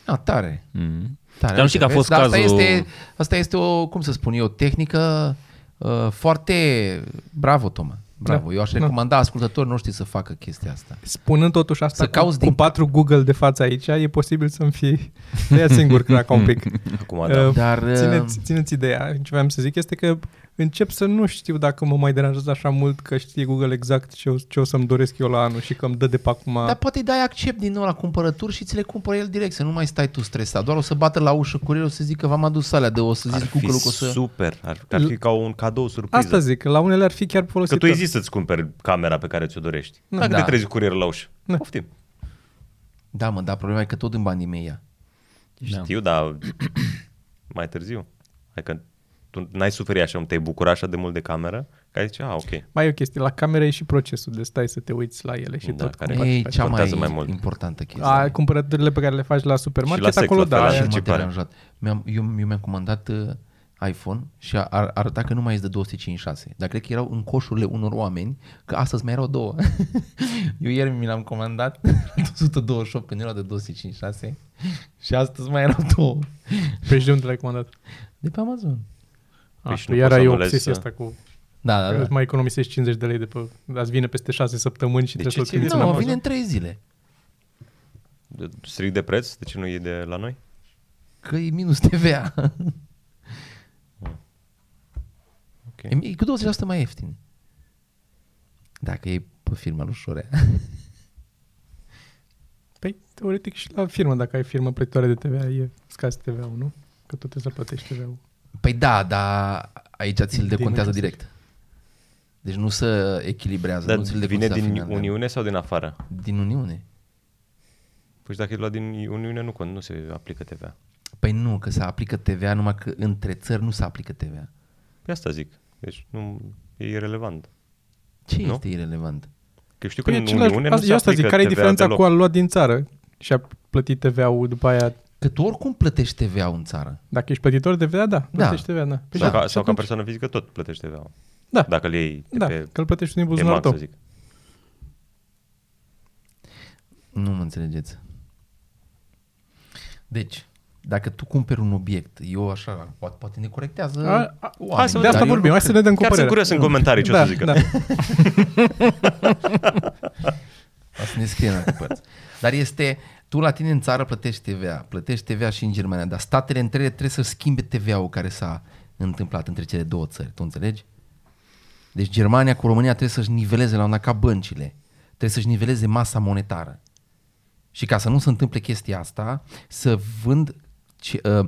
Speaker 2: A, Ah, tare.
Speaker 1: Mm.
Speaker 2: Tare,
Speaker 1: Dar nu știi că a
Speaker 2: uite,
Speaker 1: fost
Speaker 2: vezi? Dar
Speaker 1: cazul-
Speaker 2: Asta este, asta este o, cum să spun eu, o tehnică uh, foarte... Bravo, Toma. Bravo.
Speaker 4: Da,
Speaker 2: Da, eu aș
Speaker 4: da.
Speaker 2: recomanda da. ascultătorii noștri să facă chestia asta.
Speaker 4: Spunând totuși asta
Speaker 2: Să
Speaker 4: cu,
Speaker 2: cauți
Speaker 4: cu
Speaker 2: din-
Speaker 4: patru Google de față aici, e posibil să-mi fie tăiat singur craca un pic.
Speaker 3: Acum, da.
Speaker 4: Uh,
Speaker 2: Dar, uh,
Speaker 4: țineți, țineți ideea. Ce vreau să zic este că încep să nu știu dacă mă mai deranjează așa mult că știe Google exact ce o, ce o să-mi doresc eu la anul și că îmi dă de pe acum.
Speaker 2: Dar poate îi dai accept din nou la cumpărături și ți le cumpără el direct, să nu mai stai tu stresat. Doar o să bată la ușă curierul, o să zică v-am adus alea de o să
Speaker 3: Ar
Speaker 2: zici
Speaker 3: fi
Speaker 2: Google că o să...
Speaker 3: super. Ar, ar fi ca un cadou surpriză.
Speaker 4: Asta zic, la unele ar fi chiar
Speaker 3: Că
Speaker 4: folosită.
Speaker 3: tu ai zis să-ți cumperi camera pe care ți-o dorești. Dacă
Speaker 2: Da.
Speaker 3: te trezi cu curierul la ușă, poftim.
Speaker 2: Da, mă, dar problema e că tot în banii mei ia.
Speaker 1: Da.
Speaker 3: Știu, dar mai târziu. Adică tu n-ai suferit așa, nu te-ai bucura așa de mult de cameră, că ai zice, a, ok.
Speaker 4: Mai e o chestie, la camera e și procesul de stai să te uiți la ele și
Speaker 3: Da,
Speaker 4: tot.
Speaker 3: care
Speaker 4: cum faci,
Speaker 2: E
Speaker 4: faci.
Speaker 2: cea mai,
Speaker 3: contează mai mult.
Speaker 2: importantă chestie.
Speaker 4: A, cumpărăturile pe care le faci la supermarket,
Speaker 3: Și la sex,
Speaker 4: acolo
Speaker 3: la fel,
Speaker 4: da.
Speaker 3: așa.
Speaker 4: aia-
Speaker 2: și m-a
Speaker 3: anticipare.
Speaker 2: deranjat. Mi-am, eu, eu mi-am comandat uh, iPhone și a, ar, arăta că nu mai este de 256, dar cred că erau în coșurile unor oameni, că astăzi mai erau două. eu ieri mi l-am comandat 128 când era de 256 și astăzi mai erau două
Speaker 4: Păi și de unde l-ai comandat?
Speaker 2: de pe Amazon.
Speaker 4: Păi
Speaker 3: și
Speaker 4: și
Speaker 3: nu
Speaker 4: iar
Speaker 3: poți
Speaker 4: ai
Speaker 3: să
Speaker 4: o
Speaker 3: anulezi,
Speaker 4: obsesie
Speaker 3: să-
Speaker 4: asta cu
Speaker 2: Da, da,
Speaker 4: că
Speaker 2: da.
Speaker 4: îți mai economisești 50 de lei de pe, ați vine peste 6 săptămâni și
Speaker 3: De
Speaker 4: trebuie
Speaker 3: ce
Speaker 4: să-l trimiți
Speaker 3: ți-e
Speaker 4: în
Speaker 2: Nu,
Speaker 3: teamă?
Speaker 4: Amazon.
Speaker 2: vine în 3 zile.
Speaker 3: Strict de preț, de ce nu e de la noi?
Speaker 2: Că e minus TVA.
Speaker 3: Ok.
Speaker 2: E, e cu 20% mai ieftin. Dacă e pe firma lui Șorea.
Speaker 4: Păi, teoretic și la firmă, dacă ai firmă plătitoare de TVA, e scazi TVA-ul, nu? Că tot trebuie să plătești TVA-ul.
Speaker 2: Păi da, dar aici ți-l
Speaker 4: Din
Speaker 2: decontează
Speaker 4: acest-
Speaker 2: direct. Deci nu se echilibrează.
Speaker 3: Dar
Speaker 2: nu ți-l
Speaker 3: vine
Speaker 2: decontează la
Speaker 3: din
Speaker 2: final da. de an.
Speaker 3: Uniune sau din afară?
Speaker 2: Din Uniune.
Speaker 3: Păi și dacă e luat din Uniune, nu, cont, nu se aplică TVA.
Speaker 2: Păi nu, că se aplică TVA numai că între țări nu se aplică TVA.
Speaker 3: Pe asta zic. Deci nu, e irrelevant.
Speaker 2: Ce
Speaker 3: Nu?
Speaker 2: nu? este irrelevant?
Speaker 3: Că știu că
Speaker 4: Păi,
Speaker 3: în Uniune nu
Speaker 4: asta,
Speaker 3: se
Speaker 4: eu asta
Speaker 3: aplică
Speaker 4: zic, care e
Speaker 3: TVA
Speaker 4: diferența
Speaker 3: deloc.
Speaker 4: cu a lua din țară și a plătit TVA-ul după aia?
Speaker 2: Că tu oricum plătești TVA în țară.
Speaker 4: Dacă ești plătitor de TVA, da, plătești TVA, da. Păi
Speaker 3: Sau,
Speaker 4: da,
Speaker 3: ca,
Speaker 4: și
Speaker 3: sau ca
Speaker 4: atunci-
Speaker 3: persoană fizică tot plătești TVA-ul.
Speaker 4: Da.
Speaker 3: Dacă îl iei de
Speaker 4: Da,
Speaker 3: pe
Speaker 4: că îl plătești din buzunarul
Speaker 3: EMAG, să
Speaker 4: tău.
Speaker 3: zic.
Speaker 2: Nu mă înțelegeți. Deci, dacă tu cumperi un obiect, eu așa, poate, poate ne corectează
Speaker 4: A- a-
Speaker 2: oamenii,
Speaker 4: Hai să de asta
Speaker 2: dar eu
Speaker 4: vorbim,
Speaker 2: nu
Speaker 4: hai să ne dăm cu
Speaker 3: Chiar sunt
Speaker 4: părerea.
Speaker 3: curios în comentarii ce o să
Speaker 2: Da,
Speaker 4: Da,
Speaker 3: zică.
Speaker 2: O să ne scrie în alte părți. Dar este, tu la tine în țară plătești TVA, plătești TVA și în Germania, dar statele între ele trebuie să schimbe TVA-ul care s-a întâmplat între cele două țări, tu înțelegi? Deci Germania cu România trebuie să-și niveleze la un dat ca băncile, trebuie să-și niveleze masa monetară. Și ca să nu se întâmple chestia asta, să vând ce, uh,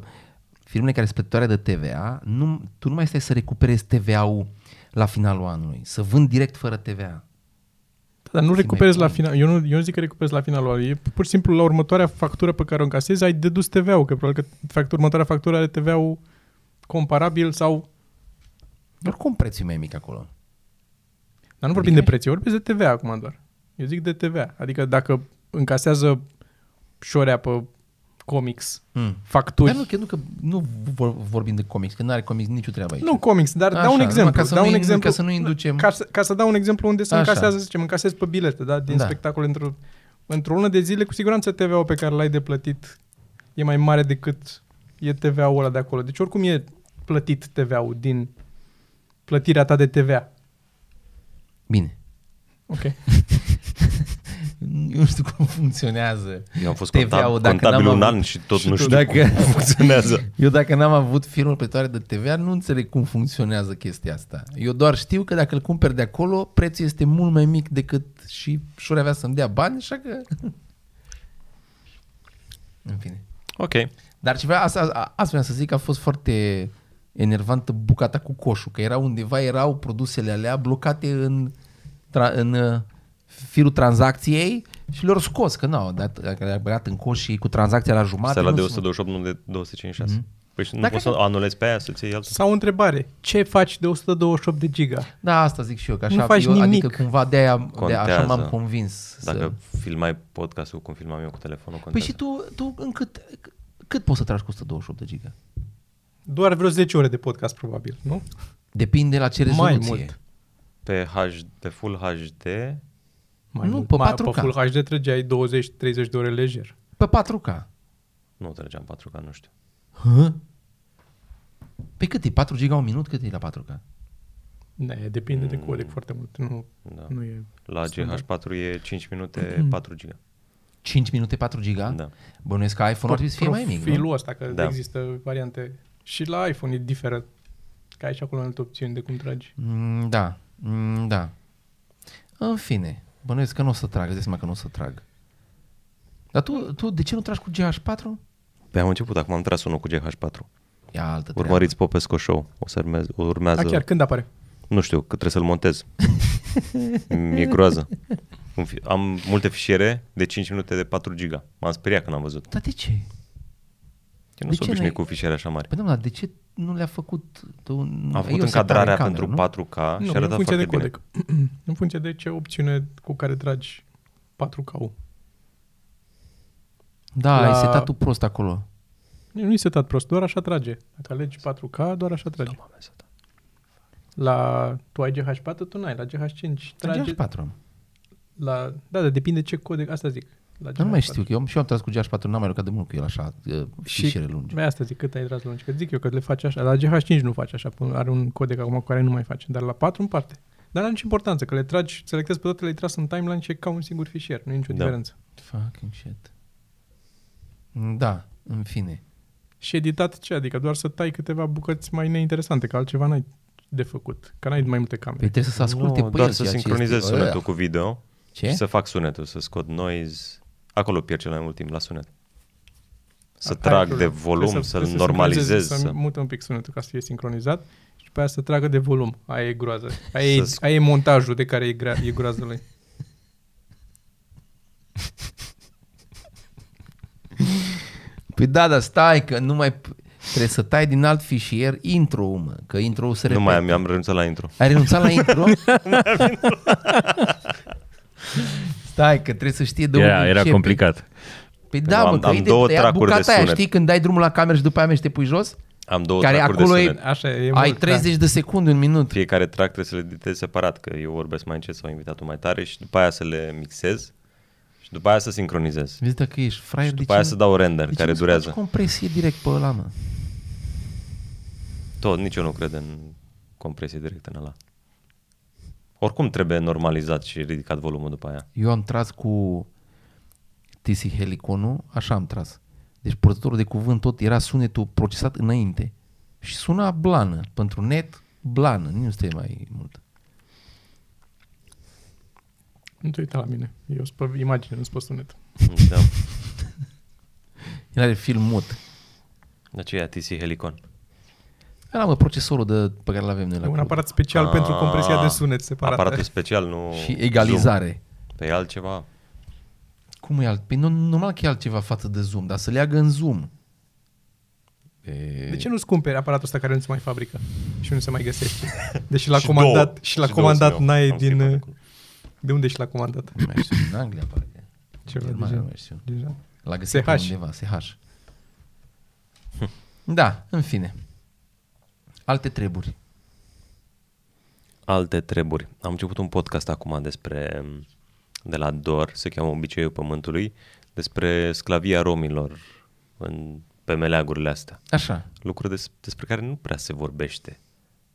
Speaker 2: firmele care sunt plătitoare de TVA, nu, tu nu mai stai să recuperezi TVA-ul la finalul anului, să vând direct fără TVA.
Speaker 4: Da, Dar nu
Speaker 2: mai
Speaker 4: recuperezi la
Speaker 2: bun.
Speaker 4: final. Eu nu, eu nu zic că recuperezi la finalul anului. E pur și simplu la următoarea factură pe care o încasezi, ai dedus TVA-ul, că probabil că fact, următoarea factură are TVA-ul comparabil sau...
Speaker 2: Oricum prețul e mai mic acolo.
Speaker 4: Dar nu vorbim de preț, eu vorbesc de TVA acum doar. Eu zic de TVA. Adică dacă încasează șorea pe comics,
Speaker 2: Mm.
Speaker 4: facturi...
Speaker 2: Dar nu, că, nu, că nu vor- vorbim de comics, că nu are comics nicio treabă aici.
Speaker 4: Nu comics, dar
Speaker 2: Așa,
Speaker 4: dau un
Speaker 2: numai
Speaker 4: exemplu.
Speaker 2: ca să
Speaker 4: dau
Speaker 2: nu
Speaker 4: un
Speaker 2: in-
Speaker 4: exemplu
Speaker 2: ca să nu inducem-
Speaker 4: Ca să, ca să dau un exemplu unde se
Speaker 2: Așa.
Speaker 4: încasează, să zicem, încasezi pe bilete, da, din
Speaker 2: Da.
Speaker 4: da. spectacol într-o, într-o lună de zile, cu siguranță TVA-ul pe care l-ai de plătit e mai mare decât e TVA-ul ăla de acolo. Deci oricum e plătit TVA-ul din plătirea ta de TVA.
Speaker 2: Bine.
Speaker 4: Ok.
Speaker 2: Eu nu știu cum funcționează.
Speaker 3: Eu am fost
Speaker 2: TVA-ul,
Speaker 3: contab-
Speaker 2: dacă
Speaker 3: contabil
Speaker 2: n-am
Speaker 3: un
Speaker 2: avut-
Speaker 3: an și tot
Speaker 2: și
Speaker 3: nu
Speaker 2: tu
Speaker 3: știu
Speaker 2: dacă-
Speaker 3: cum funcționează.
Speaker 2: Eu dacă n-am avut firmă plătoare de TVA, nu înțeleg cum funcționează chestia asta. Eu doar știu că dacă îl cumperi de acolo, prețul este mult mai mic decât și șur avea să-mi dea bani, așa că... În fine.
Speaker 3: Ok.
Speaker 2: Dar ceva, asta, a- asta vreau să zic, că a fost foarte enervantă bucata cu coșul, că era undeva, erau produsele alea blocate în, tra- în uh, firul tranzacției și le-au scos, că nu, dat, dacă le-a băgat în coș și cu tranzacția la jumătate...
Speaker 3: Stai la
Speaker 2: nu
Speaker 3: de
Speaker 2: se-
Speaker 3: 128, nu de 256. Mm-hmm. Păi și nu
Speaker 2: Dacă
Speaker 3: poți să anulezi pe aia să-ți iei altul.
Speaker 4: Sau o întrebare. Ce faci de 128 de giga?
Speaker 2: Da, asta zic și eu, că așa,
Speaker 4: Nu faci
Speaker 2: eu, adică
Speaker 4: nimic.
Speaker 2: cumva de aia, de așa
Speaker 3: Contează.
Speaker 2: m-am convins. Să...
Speaker 3: Dacă filmai podcastul cum filmam eu cu
Speaker 2: Păi
Speaker 3: telefonul, contează.
Speaker 2: și tu, tu în cât, cât poți să tragi cu 128 de giga?
Speaker 4: Doar vreo 10 ore de podcast, probabil, nu?
Speaker 2: Depinde la ce
Speaker 4: Mai
Speaker 2: rezoluție.
Speaker 4: mult.
Speaker 3: Pe, H, pe Full HD,
Speaker 4: Mai
Speaker 2: Nu,
Speaker 4: mult.
Speaker 2: pe
Speaker 4: Mai-
Speaker 2: 4K.
Speaker 4: Pe Full HD trăgeai 20-30 de ore lejer.
Speaker 2: Pe 4K.
Speaker 3: nu trăgeam 4K, nu știu.
Speaker 2: Hă? Pe cât e? 4 giga un minut? Cât e la 4K?
Speaker 4: Da, e- depinde de codec foarte mult. Nu,
Speaker 3: Da.
Speaker 4: nu e
Speaker 3: La
Speaker 4: Standard.
Speaker 3: GH4 e 5 minute 4 GB.
Speaker 2: 5 minute 4 giga?
Speaker 3: Da.
Speaker 2: Bănuiesc că iPhone-ul ar trebui să fie mai mic,
Speaker 4: Profilul
Speaker 2: nu?
Speaker 4: ăsta, că
Speaker 3: Da.
Speaker 4: da. există variante. Și la iPhone e diferit. Că ai și acolo alte opțiuni de cum tragi.
Speaker 2: Mm, Da, Mm, da. În fine, bănuiesc că nu o să trag, îți dai seama că nu o să trag. Dar tu, tu de ce nu tragi cu GH4?
Speaker 3: Pe Păi am început, acum am tras unul cu GH4.
Speaker 2: Ia altă treabă.
Speaker 3: Urmăriți Popesco Show, o să urmeze, urmează,
Speaker 4: Da, chiar, când apare?
Speaker 3: nu știu, că trebuie să-l montez. Mi-e groază. În fi- Am multe fișiere de 5 minute de 4 GB. M-am speriat când am văzut.
Speaker 2: Dar de ce?
Speaker 3: Eu nu
Speaker 2: De
Speaker 3: sunt
Speaker 2: ce
Speaker 3: obișnuit
Speaker 2: nu-i-
Speaker 3: cu fișiere așa mari.
Speaker 2: Păi da, mă, dar de ce nu le-a făcut? Tu,
Speaker 3: Am făcut
Speaker 2: eu
Speaker 3: încadrarea
Speaker 2: separare în
Speaker 3: pentru
Speaker 2: nu?
Speaker 3: 4K
Speaker 4: nu,
Speaker 3: și
Speaker 4: în
Speaker 3: arăta foarte
Speaker 4: funcție de
Speaker 3: bine.
Speaker 4: codec. în funcție de ce opțiune cu care tragi 4K-ul.
Speaker 2: Da,
Speaker 4: La-
Speaker 2: ai setat tu prost acolo.
Speaker 4: Nu e setat prost, doar așa trage. Dacă alegi 4K, doar așa trage.
Speaker 2: Da,
Speaker 4: La, tu ai GH4, tu n-ai. La GH5 trage.
Speaker 2: Trage... GH4.
Speaker 4: La, da, da, depinde ce codec. Asta zic. La
Speaker 2: Dar nu mai
Speaker 4: GH4.
Speaker 2: știu, că eu am- și eu am tras cu GH4, n-am mai lucrat de mult cu el așa, uh, fișiere lungi.
Speaker 4: Mai asta zic, cât ai tras lungi? Că zic eu că le faci așa. La GH5 nu faci așa, pun- are un codec acum cu care nu mai face, dar la 4 în parte. Dar nu are nicio importanță, că le tragi, selectezi pe toate, le-ai tras în timeline și e ca un singur fișier, nu e nicio
Speaker 3: Da.
Speaker 4: da. diferență.
Speaker 2: Fucking shit. Da, în fine.
Speaker 4: Și editat ce? Adică doar să tai câteva bucăți mai neinteresante, că altceva n-ai de făcut, că n-ai mai multe
Speaker 2: Păi
Speaker 4: camere.
Speaker 2: trebuie să se asculte
Speaker 3: nu,
Speaker 2: pe
Speaker 3: doar
Speaker 2: el
Speaker 3: să
Speaker 2: ceea ce
Speaker 3: sincronizez
Speaker 2: este-
Speaker 3: sunetul cu video
Speaker 2: Ce?
Speaker 3: și să fac sunetul, să scot noise. Acolo pierd cel mai mult timp la sunet. Să
Speaker 4: Ai
Speaker 3: trag de
Speaker 4: probleme.
Speaker 3: volum,
Speaker 4: Trebuie să-
Speaker 3: să-l
Speaker 4: trebuie să sincronizezi,
Speaker 3: normalizez.
Speaker 4: Să
Speaker 3: să-
Speaker 4: mută un pic sunetul ca să fie sincronizat și pe aia să tragă de volum. Aia e groază. Aia, e,
Speaker 3: Să sc-
Speaker 4: aia e montajul de care e, grea, e groază lui.
Speaker 2: Păi da, dar stai că nu mai... Trebuie să tai din alt fișier intro mă, că intro se
Speaker 3: Nu
Speaker 2: repetă.
Speaker 3: mai am, am renunțat la intro.
Speaker 2: Ai renunțat la intro? Stai, că trebuie să știe de
Speaker 1: Era,
Speaker 2: unde
Speaker 1: era
Speaker 2: începe.
Speaker 1: complicat.
Speaker 2: Păi da,
Speaker 3: Nu,
Speaker 2: mă,
Speaker 3: am-
Speaker 2: că
Speaker 3: am
Speaker 2: e
Speaker 3: două
Speaker 2: de tăiat
Speaker 3: tracuri de
Speaker 2: bucata aia,
Speaker 3: sunet.
Speaker 2: știi, când dai drumul la cameră și după aia mergi și te pui jos?
Speaker 3: Am două
Speaker 2: Care
Speaker 3: tracuri
Speaker 2: acolo
Speaker 3: de
Speaker 2: e-
Speaker 3: sunet.
Speaker 4: Așa e.
Speaker 3: da.
Speaker 2: ai
Speaker 4: mult, da.
Speaker 2: 30 de secunde, un minut.
Speaker 3: Fiecare track trebuie să le editez separat, că eu vorbesc mai încet sau invitatul mai tare și după aia să le mixez și după aia să sincronizez.
Speaker 2: Vezi dacă ești fraier,
Speaker 3: și
Speaker 2: de
Speaker 3: după
Speaker 2: ce
Speaker 3: aia
Speaker 2: nu-
Speaker 3: să dau render,
Speaker 2: de ce
Speaker 3: care
Speaker 2: nu-ți
Speaker 3: durează.
Speaker 2: faci compresie direct pe ăla, mă?
Speaker 3: Tot, nici eu nu cred în compresie directă în ăla. Oricum trebuie normalizat și ridicat volumul după aia.
Speaker 2: Eu am tras cu TC Heliconul, așa am tras. Deci purtătorul de cuvânt tot era sunetul procesat înainte. Și suna blană. Pentru net, blană. Nu este mai mult.
Speaker 4: Nu te uita la mine. Eu sunt pe imagine, nu sunt pe sunet.
Speaker 3: Da.
Speaker 2: El are film mut.
Speaker 3: Dar ce e ATC Helicon?
Speaker 2: Era, mă, procesorul de, pe care îl avem noi la
Speaker 4: E un
Speaker 2: club.
Speaker 4: aparat special
Speaker 3: Ah,
Speaker 4: pentru compresia de sunet separat.
Speaker 3: Aparatul special, nu...
Speaker 2: Și egalizare.
Speaker 3: Zoom. Pe altceva.
Speaker 2: Cum e alt? Păi nu, normal că e altceva față de Zoom, dar să leagă în Zoom. E...
Speaker 4: De ce nu-ți cumperi aparatul ăsta care nu se mai fabrică și nu se mai găsește? Deși l-a
Speaker 3: Și
Speaker 4: comandat,
Speaker 3: două.
Speaker 4: și l-a
Speaker 3: Și două sunt
Speaker 4: comandat
Speaker 3: eu.
Speaker 4: n-ai
Speaker 3: Am filmat
Speaker 4: din... uh,
Speaker 3: acum.
Speaker 4: De unde și l-a comandat?
Speaker 2: Nu mai știu, în Anglia, parcă.
Speaker 4: Ceva de
Speaker 2: Germania, nu
Speaker 4: genul.
Speaker 2: mai știu.
Speaker 4: Deja.
Speaker 2: L-a găsit
Speaker 4: SH.
Speaker 2: pe undeva, SH. Da, în fine. Alte treburi.
Speaker 3: Alte treburi. Am început un podcast acum despre, de la DOR, se cheamă Obiceiul Pământului, despre sclavia romilor în, pe meleagurile astea.
Speaker 2: Așa.
Speaker 3: Lucruri des, despre care nu prea se vorbește.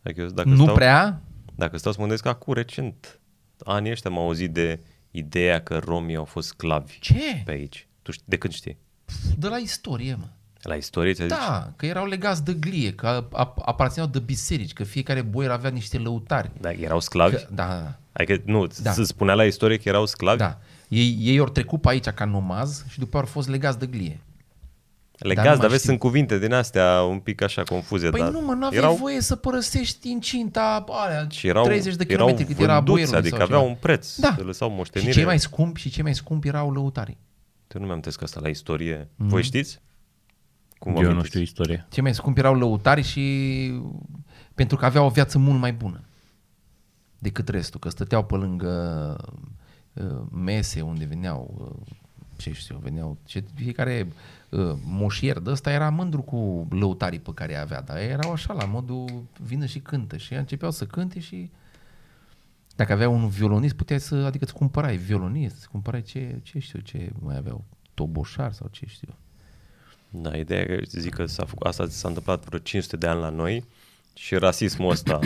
Speaker 3: Adică eu, dacă
Speaker 2: Dacă nu
Speaker 3: stau,
Speaker 2: prea?
Speaker 3: Dacă stau să mă gândesc, acum recent, anii ăștia am auzit de ideea că romii au fost sclavi
Speaker 2: Ce?
Speaker 3: pe aici. Tu știi, de când știi?
Speaker 2: De la istorie, mă.
Speaker 3: La istorie ți-a zis?
Speaker 2: Da, că erau legați de glie, că ap- aparțineau de biserici, că fiecare boier avea niște lăutari.
Speaker 3: Da, erau sclavi?
Speaker 2: Că, da, da,
Speaker 3: Adică, nu,
Speaker 2: Da.
Speaker 3: da. se spunea la istorie că erau sclavi?
Speaker 2: da. Ei, ei ori trecut pe aici ca nomaz și după au fost legați de glie. Dar nu
Speaker 3: Legați, dar,
Speaker 2: mai
Speaker 3: dar vezi,
Speaker 2: știu.
Speaker 3: sunt cuvinte din astea un pic așa confuze.
Speaker 2: Păi
Speaker 3: dar
Speaker 2: nu, mă, nu aveai
Speaker 3: Da. erau,
Speaker 2: voie să părăsești incinta alea
Speaker 3: și erau,
Speaker 2: 30 de
Speaker 3: erau
Speaker 2: kilometri cât era
Speaker 3: vânduți,
Speaker 2: boierul.
Speaker 3: Adică aveau un preț,
Speaker 2: Da.
Speaker 3: da. lăsau moștenire.
Speaker 2: Și cei mai scumpi, și cei mai scumpi erau lăutarii.
Speaker 3: Eu nu mi-am că asta la istorie.
Speaker 2: Mm.
Speaker 3: Mm-hmm. Voi știți? Cum vă
Speaker 1: Eu nu
Speaker 3: amintiți?
Speaker 1: știu istorie.
Speaker 2: Cei mai scumpi erau lăutari și pentru că aveau o viață mult mai bună decât restul, că stăteau pe lângă uh, mese unde veneau, uh, ce știu, eu, veneau, ce, fiecare uh, moșier de ăsta era mândru cu lăutarii pe care îi avea, dar ei erau așa, la modul vină și cântă și ei începeau să cânte și dacă avea un violonist, puteai să, adică îți cumpărai violonist, îți cumpărai ce, ce știu, eu, ce mai aveau, toboșar sau ce știu. eu.
Speaker 3: Da, ideea e că zic că s-a făcut, asta s-a întâmplat vreo 500 de ani la noi și rasismul ăsta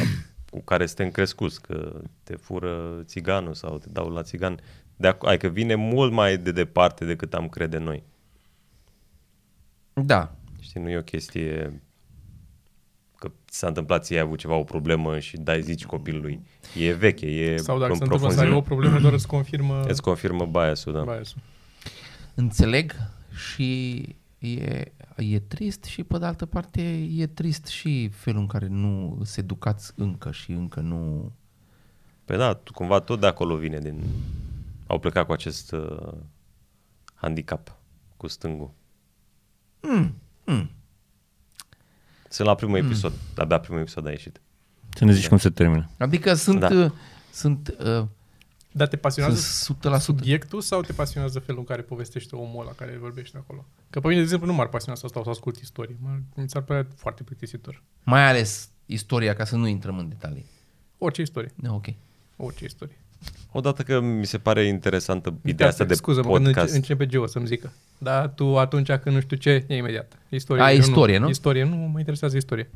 Speaker 3: cu care suntem crescuți, că te fură țiganul sau te dau la țigan, de ac- adică vine mult mai de departe decât am crede noi.
Speaker 2: Da,
Speaker 3: Știi, nu e o chestie că ți s-a întâmplat ție ai avut ceva, o problemă și dai zici copilului. E veche, e
Speaker 4: Sau dacă
Speaker 3: în
Speaker 4: se întâmplă să ai o
Speaker 3: profunzime.
Speaker 4: problemă, doar îți confirmă
Speaker 3: Îți confirmă bias-ul, da.
Speaker 4: bias-ul.
Speaker 2: înțeleg și e, e trist și pe de altă parte e trist și felul în care nu se educați încă și încă nu...
Speaker 3: Păi da, tu- cumva tot de acolo vine din... Au plecat cu acest uh, handicap cu stângul.
Speaker 2: Mm.
Speaker 3: Sunt la primul episod, abia primul episod a ieșit.
Speaker 1: Să ne zici cum se termină.
Speaker 2: Adică sunt,
Speaker 3: Da.
Speaker 2: da. sunt, uh,
Speaker 4: Dar te pasionează
Speaker 2: sunt 100%.
Speaker 4: subiectul sau te pasionează felul în care povestește omul ăla care vorbește acolo? Că pe mine, de exemplu, nu m-ar pasiona să stau să ascult istorie. M-ar, mi s-ar părea foarte plictisitor.
Speaker 2: Mai ales istoria, ca să nu intrăm în detalii.
Speaker 4: Orice istorie.
Speaker 2: Da, ok.
Speaker 4: Orice istorie.
Speaker 3: Odată că mi se pare interesantă
Speaker 4: Uite,
Speaker 3: ideea asta de
Speaker 4: Scuză-mă, că
Speaker 3: podcast.
Speaker 4: înce- începe Geo să-mi zică. Dar tu atunci când nu știu ce, e imediat. Istorie,
Speaker 2: A,
Speaker 4: eu
Speaker 2: istorie, nu?
Speaker 4: Istorie, nu mă interesează istorie.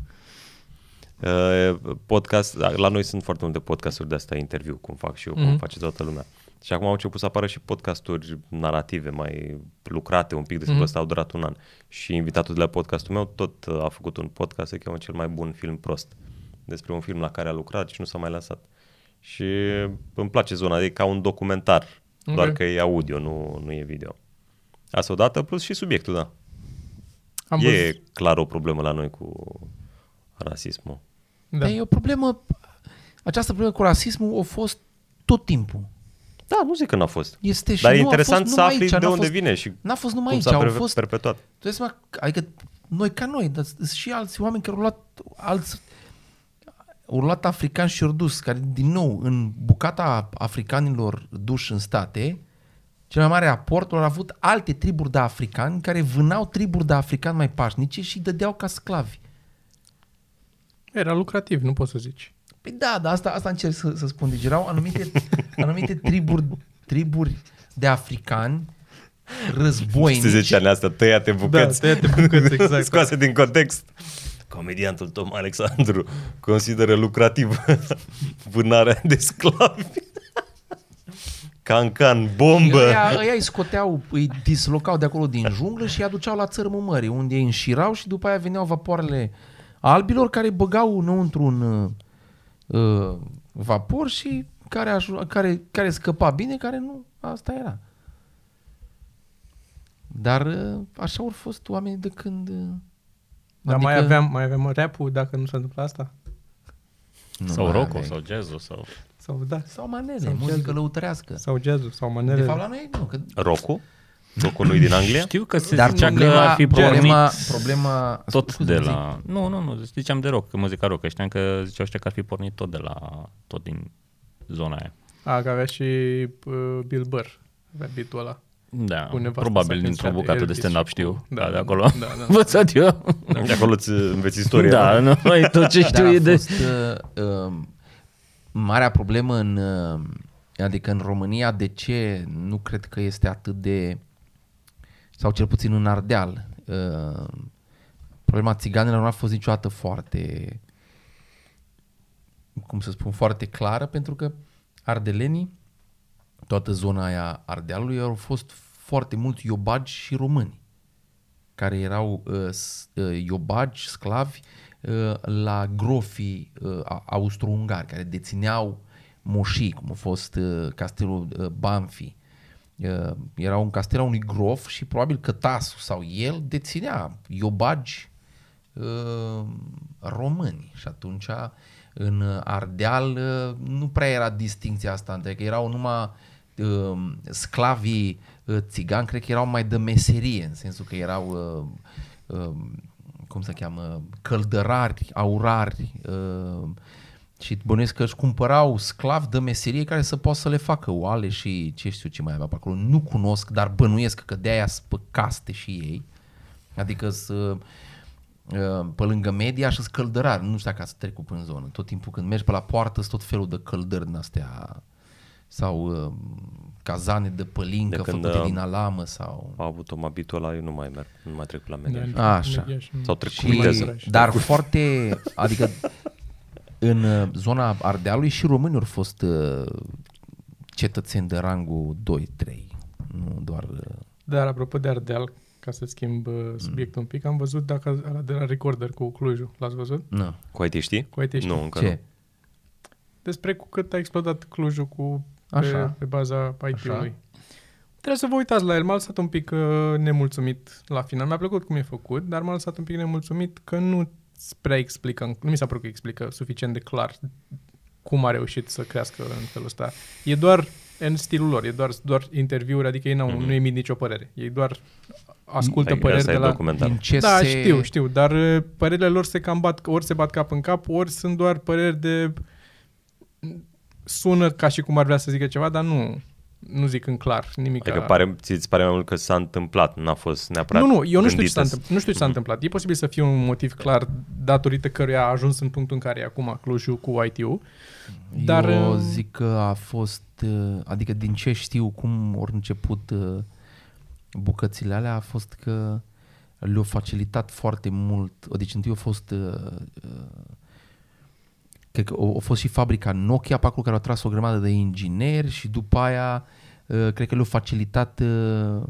Speaker 3: Uh, podcast, la la noi sunt foarte multe podcasturi de asta, interviu, cum fac și eu,
Speaker 4: Mhm.
Speaker 3: mm-hmm. cum face toată lumea. Și acum au început să apară și podcasturi narrative mai lucrate un pic despre
Speaker 4: Mhm.
Speaker 3: mm-hmm. asta, au durat un an. Și invitatul de la podcastul meu tot uh, a făcut un podcast, se cheamă Cel mai bun film prost, despre un film la care a lucrat și nu s-a mai lansat. Și îmi place zona, e ca un documentar, okay. doar
Speaker 4: Ok.
Speaker 3: că e audio, nu, nu e video. Asta odată, plus și subiectul, da.
Speaker 4: Am
Speaker 3: e
Speaker 4: văzut.
Speaker 3: clar o problemă la noi cu rasismul.
Speaker 2: Da. Dar e o problemă... Această problemă cu rasismul a fost tot timpul.
Speaker 3: Da, nu zic că n-a fost.
Speaker 2: Este și
Speaker 3: Dar e
Speaker 2: nu a
Speaker 3: interesant
Speaker 2: fost
Speaker 3: să
Speaker 2: numai
Speaker 3: afli
Speaker 2: aici,
Speaker 3: de
Speaker 2: n-a
Speaker 3: unde
Speaker 2: fost-
Speaker 3: vine și
Speaker 2: N-a fost numai
Speaker 3: cum
Speaker 2: aici,
Speaker 3: s-a
Speaker 2: au
Speaker 3: perve-
Speaker 2: fost
Speaker 3: perpetuat.
Speaker 2: Tu dai seama, că- adică noi ca noi, dar sunt și alți oameni care au luat alți au luat africani și au dus, care din nou în bucata africanilor duși în state, cel mai mare aport au avut alte triburi de africani care vânau triburi de africani mai pașnice și îi dădeau ca sclavi.
Speaker 4: Era lucrativ, nu poți să zici.
Speaker 2: Păi da, dar asta, asta încerc să, să spun. Deci erau anumite, anumite triburi, triburi de africani războinici.
Speaker 3: 10 ani astea, tăiate bucăți.
Speaker 4: Da, tăiate bucăți, exact.
Speaker 3: Scoase din context. Comediantul Tom Alexandru consideră lucrativ vânarea de sclavi. Cancan, bombă!
Speaker 2: Ăia, ăia îi scoteau, îi dislocau de acolo din junglă și îi aduceau la țărmul mării, unde îi înșirau și după aia veneau vapoarele albilor care îi băgau înăuntru un uh, uh, vapor și care, aju- care, care scăpa bine, care nu, asta era. Dar uh, așa au fost oamenii de când... Uh, adică
Speaker 4: Dar mai aveam, mai aveam rap dacă nu s-a întâmplat asta?
Speaker 2: Nu
Speaker 1: Sau
Speaker 2: mai
Speaker 1: rock
Speaker 2: aveai.
Speaker 1: sau jazz sau...
Speaker 4: Sau da,
Speaker 2: Sau manele, sau
Speaker 4: Sau
Speaker 2: muzică
Speaker 4: jazz.
Speaker 2: lăutărească.
Speaker 4: sau jazz sau manele.
Speaker 2: De fapt la noi nu, că
Speaker 3: Rocu? Rocul lui din Anglia?
Speaker 1: Știu că se
Speaker 2: Dar
Speaker 1: zicea
Speaker 2: problema,
Speaker 1: că ar fi pornit
Speaker 2: problema, problema
Speaker 1: tot
Speaker 2: scuze,
Speaker 1: de
Speaker 2: zic.
Speaker 1: la... Nu, nu, nu, ziceam de rock, că muzica rock, că știam că ziceau ăștia că ar fi pornit tot de la... tot din zona aia.
Speaker 4: A, că avea și uh, Bill Burr, avea beat-ul ăla.
Speaker 1: Da,
Speaker 4: Cu nevasta
Speaker 1: probabil
Speaker 4: sa,
Speaker 1: dintr-o
Speaker 4: când
Speaker 1: bucată de
Speaker 4: Elvis
Speaker 1: stand-up
Speaker 4: cu-
Speaker 1: știu.
Speaker 4: da,
Speaker 1: Da, de
Speaker 4: da,
Speaker 1: acolo.
Speaker 4: da, da.
Speaker 1: Învățat eu.
Speaker 3: De acolo îți înveți istoria.
Speaker 1: Da, nu, e tot ce știu
Speaker 2: Dar
Speaker 1: e
Speaker 2: a
Speaker 1: de...
Speaker 2: fost uh, uh, marea problemă în, uh, adică în România, de ce nu cred că este atât de, sau cel puțin în Ardeal, uh, problema țiganilor nu a fost niciodată foarte, cum să spun, foarte clară, pentru că ardelenii, toată zona aia Ardealului, au fost foarte mulți iobagi și români care erau uh, s- uh, iobagi, sclavi, uh, la grofii uh, a- austro-ungari, care dețineau moșii, cum a fost uh, castelul uh, Banfi. Uh, era un castel a unui grof și probabil că Tasu sau el deținea iobagi uh, români și atunci în Ardeal uh, nu prea era distinția asta între că erau numai uh, sclavii uh, țigani, cred că erau mai de meserie, în sensul că erau uh, uh, cum se cheamă, căldărari, aurari uh, și bănuiesc că își cumpărau sclavi de meserie care să poată să le facă oale și ce știu ce mai avea pe acolo. Nu cunosc, dar bănuiesc că de-aia sunt pe caste și ei. Adică să uh, pe lângă media și căldărar. Nu știu dacă ați trecut prin zonă. Tot timpul când mergi pe la poartă sunt tot felul de căldări din astea sau uh, cazane de pălincă
Speaker 3: De
Speaker 2: de
Speaker 3: când,
Speaker 2: făcute
Speaker 3: uh,
Speaker 2: din alamă sau...
Speaker 3: A avut o mabitul ăla, eu nu mai merg, nu mai trec la media.
Speaker 4: Da,
Speaker 2: Așa.
Speaker 4: media și-
Speaker 3: Sau trec cu
Speaker 2: Și,
Speaker 3: viteză.
Speaker 2: dar foarte, adică în uh, zona Ardealului și românii au fost uh, cetățeni de rangul 2-3, nu doar... uh,
Speaker 4: Dar apropo de Ardeal, ca să schimb uh,
Speaker 3: Mm.
Speaker 4: subiectul un pic, am văzut dacă ăla de la Recorder cu Clujul, l-ați văzut?
Speaker 2: Nu.
Speaker 3: Cu ai te știi?
Speaker 4: Cu ai te știi.
Speaker 3: Nu, încă
Speaker 2: Ce?
Speaker 4: Despre cu cât a explodat Clujul cu pe,
Speaker 2: Așa.
Speaker 4: pe baza IT-ului.
Speaker 2: Așa.
Speaker 4: Trebuie să vă uitați la el. M-a lăsat un pic uh, nemulțumit la final. Mi-a plăcut cum e făcut, dar m-a lăsat un pic nemulțumit că nu îți prea explică, nu mi s-a părut că explică suficient de clar cum a reușit să crească în felul ăsta. E doar în stilul lor, e doar, doar interviuri, adică ei n-au, mm-hmm. nu emit nicio părere. Ei doar ascultă
Speaker 3: nu.
Speaker 4: păreri
Speaker 3: Adică Asta
Speaker 4: de
Speaker 3: e
Speaker 2: Nu.
Speaker 4: la...
Speaker 2: Din
Speaker 3: documentar.
Speaker 2: ce
Speaker 4: Da,
Speaker 2: se...
Speaker 4: știu, știu, dar uh, părerile lor se cam bat, ori se bat cap în cap, ori sunt doar păreri de... mm, Sună ca și cum ar vrea să zică ceva, dar nu, nu zic în clar nimic.
Speaker 3: Adică pare, ți ți pare mai mult că s-a întâmplat, n-a fost neapărat
Speaker 4: Nu, nu, eu nu știu, ce s-a
Speaker 3: gândită.
Speaker 4: întâmplat, nu știu ce s-a
Speaker 3: Mhm.
Speaker 4: întâmplat. E posibil să fie un motiv clar datorită căruia a ajuns în punctul în care e acum Clujul cu ITU. Dar,
Speaker 2: Dar, Eu
Speaker 4: uh,
Speaker 2: zic că a fost, uh, adică din ce știu cum au început uh, bucățile alea, a fost că le-au facilitat foarte mult. Deci întâi a fost, uh, uh, cred că a a fost și fabrica Nokia pe acolo care a tras o grămadă de ingineri și după aia uh, cred că le-au facilitat uh,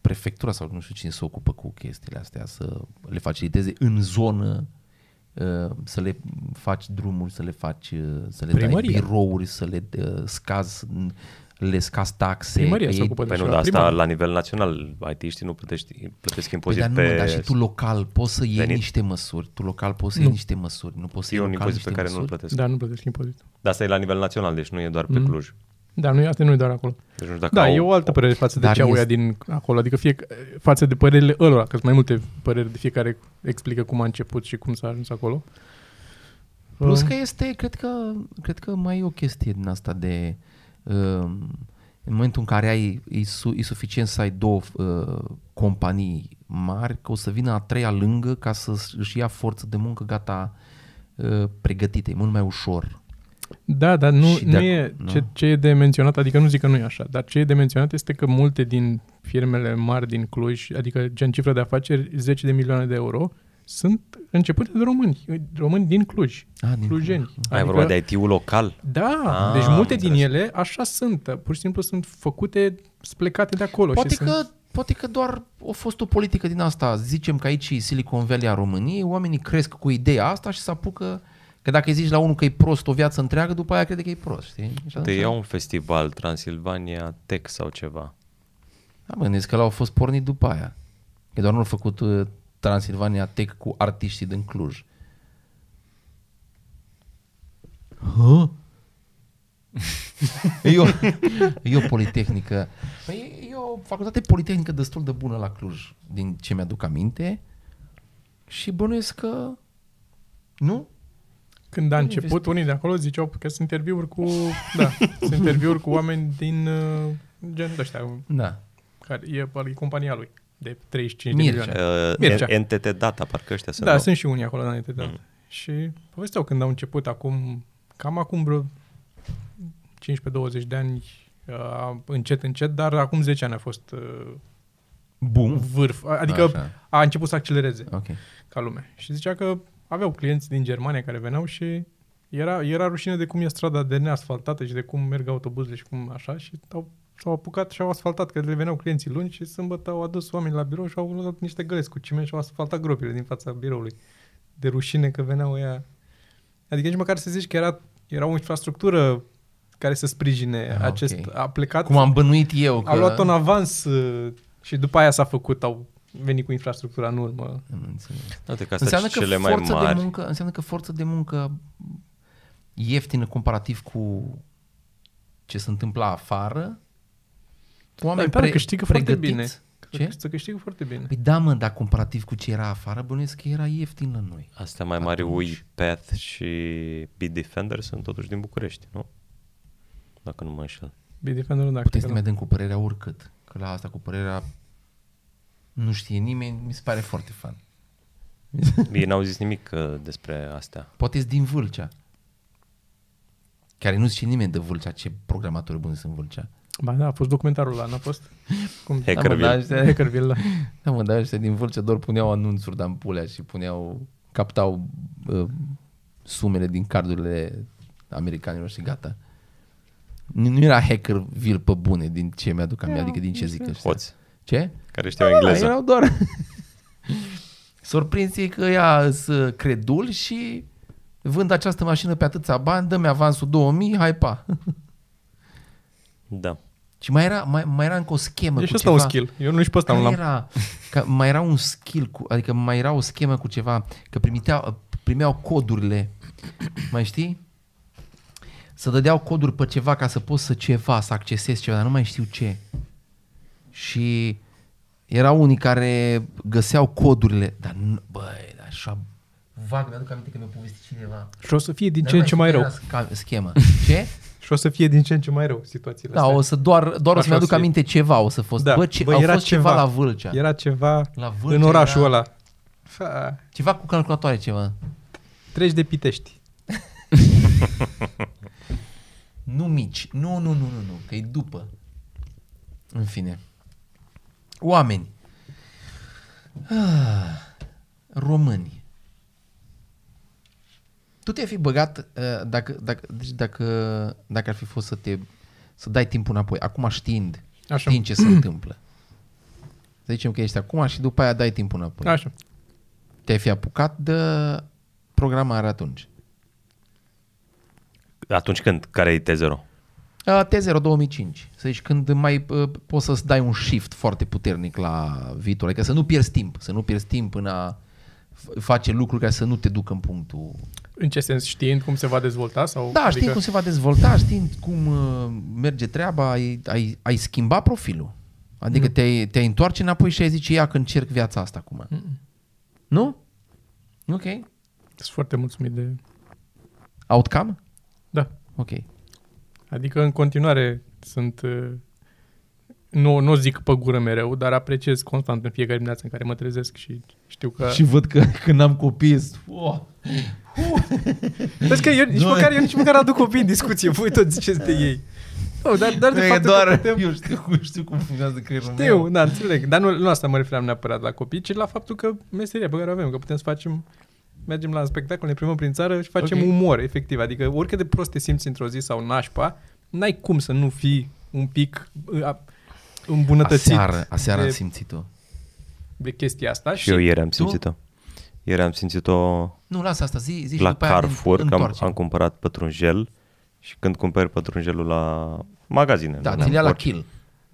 Speaker 2: prefectura sau nu știu cine se ocupă cu chestiile astea să le faciliteze în zonă uh, să le faci drumuri, să le faci, uh, să le dai
Speaker 4: Primăria.
Speaker 2: birouri, să le uh, scazi, le scazi taxe.
Speaker 4: Primăria
Speaker 2: că
Speaker 4: se
Speaker 2: ei-
Speaker 4: ocupă de
Speaker 3: Păi nu,
Speaker 4: așa,
Speaker 3: dar asta
Speaker 4: primar.
Speaker 3: la nivel național, IT-știi nu plătești,
Speaker 2: Păi,
Speaker 3: plătesc impozit
Speaker 2: dar nu,
Speaker 3: pe...
Speaker 2: pe dar și tu local poți să iei
Speaker 3: venit.
Speaker 2: niște măsuri, tu local poți să iei
Speaker 4: Nu.
Speaker 2: niște măsuri, nu poți să
Speaker 3: e
Speaker 2: iei
Speaker 3: un
Speaker 2: local
Speaker 3: impozit
Speaker 2: niște
Speaker 3: pe care nu-l
Speaker 2: măsuri.
Speaker 3: plătesc.
Speaker 4: Dar nu plătesc impozit.
Speaker 3: Dar asta e la nivel național, deci nu e doar pe
Speaker 4: Mm.
Speaker 3: Cluj.
Speaker 4: Dar nu, e- asta nu e doar acolo.
Speaker 3: Deci nu știu dacă
Speaker 4: Da,
Speaker 3: au,
Speaker 4: e o altă părere față de
Speaker 2: Dar
Speaker 4: cea
Speaker 2: este-
Speaker 4: este... din acolo, adică fie, față de părerile ălora, că sunt mai multe păreri de fiecare explică cum a început și cum s-a ajuns acolo.
Speaker 2: Plus
Speaker 4: Uh,
Speaker 2: că este, cred că, cred că mai e o chestie din asta de um, în momentul în care ai, e, su, e suficient să ai două uh, companii mari, că o să vină a treia lângă ca să își ia forță de muncă gata uh, pregătită, e mult mai ușor.
Speaker 4: Da, dar nu,
Speaker 2: Și de
Speaker 4: nu
Speaker 2: ac-
Speaker 4: e
Speaker 2: nu?
Speaker 4: ce, ce e de menționat, adică nu zic că nu e așa, dar ce e de menționat este că multe din firmele mari din Cluj, adică gen cifră de afaceri, 10 de milioane de euro, sunt începute de români, români din Cluj,
Speaker 2: Ah, din
Speaker 4: clujeni. Adică
Speaker 3: Ai vorba de IT-ul local?
Speaker 4: Da,
Speaker 3: Ah,
Speaker 4: ah, deci multe
Speaker 3: am
Speaker 4: din ele așa sunt, pur și simplu sunt făcute, plecate de acolo.
Speaker 2: Poate
Speaker 4: și sunt-
Speaker 2: că, poate că doar a fost o politică din asta. Zicem că aici e Silicon Valley a României, oamenii cresc cu ideea asta și se apucă că dacă îi zici la unul că e prost o viață întreagă, după aia crede că e prost, știi? Și
Speaker 3: Te
Speaker 2: atunci-
Speaker 3: iau un festival, Transilvania Tech sau ceva.
Speaker 2: Da, mă gândesc că l-au fost pornit după aia. Că doar nu-l făcut uh, Transilvania Tech cu artiștii din Cluj. Hă? e, o, e o politehnică. Păi e- e o facultate politehnică destul de bună la Cluj, din ce mi-aduc aminte. Și bănuiesc că... Nu?
Speaker 4: Când a început, unii de acolo ziceau că sunt interviuri cu, da, sunt interviuri cu oameni din uh, genul ăștia,
Speaker 2: Da.
Speaker 4: care e, e compania lui, de 35 de
Speaker 2: Mircea.
Speaker 4: milioane.
Speaker 3: Uh,
Speaker 4: Mircea.
Speaker 3: N- NTT Data, parcă ăștia sunt.
Speaker 4: Da,
Speaker 3: nou.
Speaker 4: sunt și unii acolo, da, înainte, da. Mm. Și povesteau când au început acum, cam acum vreo 15-20 de ani, uh, încet, încet, dar acum 10 ani a fost uh,
Speaker 2: Bum.
Speaker 4: vârf. A- Adică Așa.
Speaker 2: Așa.
Speaker 4: a început să accelereze
Speaker 2: Ok.
Speaker 4: ca lume. Și zicea că aveau clienți din Germania care veneau și era, era rușine de cum e strada de neasfaltată și de cum merg autobuzele și cum așa și au, s-au apucat și au asfaltat, că le veneau clienții luni și sâmbătă au adus oameni la birou și au luat niște găleți cu ciment și au asfaltat gropile din fața biroului. De rușine că veneau ea. Adică nici măcar să zici că era, era o infrastructură care să sprijine
Speaker 2: Ah,
Speaker 4: ah, acest...
Speaker 2: ok.
Speaker 4: Okay. A plecat
Speaker 2: Cum am bănuit eu că...
Speaker 4: a luat-o în avans uh, și după aia s-a făcut, au venit cu infrastructura în urmă.
Speaker 2: Am înțeles.
Speaker 3: Uite că astea
Speaker 2: Înseamnă
Speaker 3: sunt
Speaker 2: că,
Speaker 3: cele mai
Speaker 2: forță de
Speaker 3: mari.
Speaker 2: muncă, înseamnă că forță de muncă ieftină comparativ cu ce se întâmplă afară, oameni
Speaker 4: pare
Speaker 2: pre-
Speaker 4: că câștigă foarte
Speaker 2: pregătiți.
Speaker 4: bine.
Speaker 2: Ce?
Speaker 4: Să câștigă foarte bine.
Speaker 2: Păi da, mă, dar comparativ cu ce era afară, bănuiesc că era ieftin la noi.
Speaker 3: Astea mai mari, UiPath și Bitdefender, sunt totuși din București, nu? Dacă nu mă înșel.
Speaker 4: Bitdefender nu dacă
Speaker 2: Puteți să ne dăm cu părerea oricât, că la asta cu părerea nu știe nimeni, mi se pare foarte fan.
Speaker 3: Ei n-au zis nimic uh, despre astea.
Speaker 2: Poate ești din Vâlcea. Care nu știe nimeni de Vâlcea, ce programatori buni sunt în Vâlcea.
Speaker 4: Ba da, a fost documentarul ăla, n-a fost? Cum?
Speaker 3: Hack.
Speaker 2: Da, mă,
Speaker 3: Hackerville.
Speaker 2: dar ăștia-
Speaker 4: Hackerville, da.
Speaker 2: Da, mă, dar ăștia din Vâlcea doar puneau anunțuri de ampulea și puneau, captau uh, sumele din cardurile americanilor și gata. Nu nu era hacker vil pe bune din ce mi-aduc aminte, adică din ce zic ăștia.
Speaker 3: Hoți,
Speaker 2: Ce?
Speaker 3: care știau
Speaker 2: Da,
Speaker 3: engleză.
Speaker 2: erau doar surprinții că ea sunt credul și vând această mașină pe atâția bani, dă-mi avansul 2000, hai pa.
Speaker 3: Da.
Speaker 2: Și mai era, mai, mai era încă o schemă
Speaker 4: E și
Speaker 2: cu
Speaker 4: asta
Speaker 2: ceva.
Speaker 4: un skill. Eu nu-și pe ăsta, nu
Speaker 2: Care
Speaker 4: l-am.
Speaker 2: era, ca, mai era un skill, cu, adică mai era o schemă cu ceva, că primiteau, primeau codurile, mai știi? Să dădeau coduri pe ceva ca să poți să ceva, să accesezi ceva, dar nu mai știu ce. Și erau unii care găseau codurile, dar nu, băi, dar așa vag, mi-aduc aminte că mi-a povestit cineva.
Speaker 4: Și o să fie din
Speaker 2: Dar
Speaker 4: ce în
Speaker 2: nu
Speaker 4: ce mai
Speaker 2: știu
Speaker 4: rău.
Speaker 2: care era sca- Schemă. Ce?
Speaker 4: Și o să fie din ce în ce mai rău situațiile
Speaker 2: Da,
Speaker 4: astea.
Speaker 2: o să doar, doar o
Speaker 4: Așa
Speaker 2: să-mi aduc
Speaker 4: o să fie.
Speaker 2: aminte ceva, o să fost. Da. Bă, ce, Bă, au
Speaker 4: era
Speaker 2: fost ceva, la Vâlcea.
Speaker 4: Era ceva
Speaker 2: La Vâlcea
Speaker 4: în orașul
Speaker 2: era-
Speaker 4: ăla. Fa,
Speaker 2: Ceva cu calculatoare, ceva.
Speaker 4: Treci de Pitești.
Speaker 2: Nu mici. Nu, nu, nu, nu, nu, că e după. În fine. Oameni. Ah, Români. Tu te-ai fi băgat uh, dacă, dacă, deci dacă, dacă ar fi fost să te să dai timpul înapoi, acum știind,
Speaker 4: Așa.
Speaker 2: știind ce se întâmplă. Să zicem că ești acum și după aia dai timpul înapoi.
Speaker 4: Așa.
Speaker 2: Te-ai fi apucat de programare atunci.
Speaker 3: Atunci când? Care e T0?
Speaker 2: Uh, T0 2005. Să zici, când mai uh, poți să-ți dai un shift foarte puternic la viitor. Adică să nu pierzi timp. Să nu pierzi timp în a f- face lucruri care să nu te ducă în punctul...
Speaker 4: În ce sens? Știind cum se va dezvolta? Sau, adică
Speaker 2: Da, știind cum se va dezvolta, știind cum uh, merge treaba, ai, ai, ai schimba profilul. Adică
Speaker 4: Mm.
Speaker 2: te-ai, te-ai întoarce înapoi și ai zice, ia că încerc viața asta acum. Nu? Ok.
Speaker 4: Sunt foarte mulțumit de...
Speaker 2: Outcome?
Speaker 4: Da.
Speaker 2: Ok.
Speaker 4: Adică în continuare sunt... uh, Nu, nu zic pe gură mereu, dar apreciez constant în fiecare dimineață în care mă trezesc și știu că...
Speaker 2: Și văd că când am copii, zic, oh,
Speaker 4: Vezi că eu nici, măcar, eu nici măcar aduc copii în discuție, voi tot ziceți de ei. Nu, dar, dar de
Speaker 2: E
Speaker 4: fapt
Speaker 2: doar,
Speaker 4: că putem...
Speaker 2: eu știu, cum- știu cum funcționează creierul
Speaker 4: Știu,
Speaker 2: meu.
Speaker 4: da, înțeleg. Dar nu, nu asta mă refeream neapărat la copii, ci la faptul că meseria pe care o avem, că putem să facem, mergem la spectacol, ne primăm prin țară și facem
Speaker 2: Ok.
Speaker 4: okay. umor, efectiv. Adică oricât de prost te simți într-o zi sau nașpa, n-ai cum să nu fii un pic uh, a- îmbunătățit
Speaker 2: Aseară, aseară am
Speaker 4: de,
Speaker 2: simțit-o.
Speaker 4: de chestia asta.
Speaker 3: Și eu ieri
Speaker 2: Da,
Speaker 3: am
Speaker 2: tu?
Speaker 3: simțit-o. Ieri am simțit-o
Speaker 2: Nu, lasă asta, zi, zi și
Speaker 3: la
Speaker 2: Deci după aia ne
Speaker 3: Carrefour, că am,
Speaker 2: întoarcem.
Speaker 3: am cumpărat pătrunjel și când cumperi pătrunjelul la magazine.
Speaker 2: Da,
Speaker 3: nu
Speaker 2: ți-l ia la
Speaker 3: orice-
Speaker 2: kill.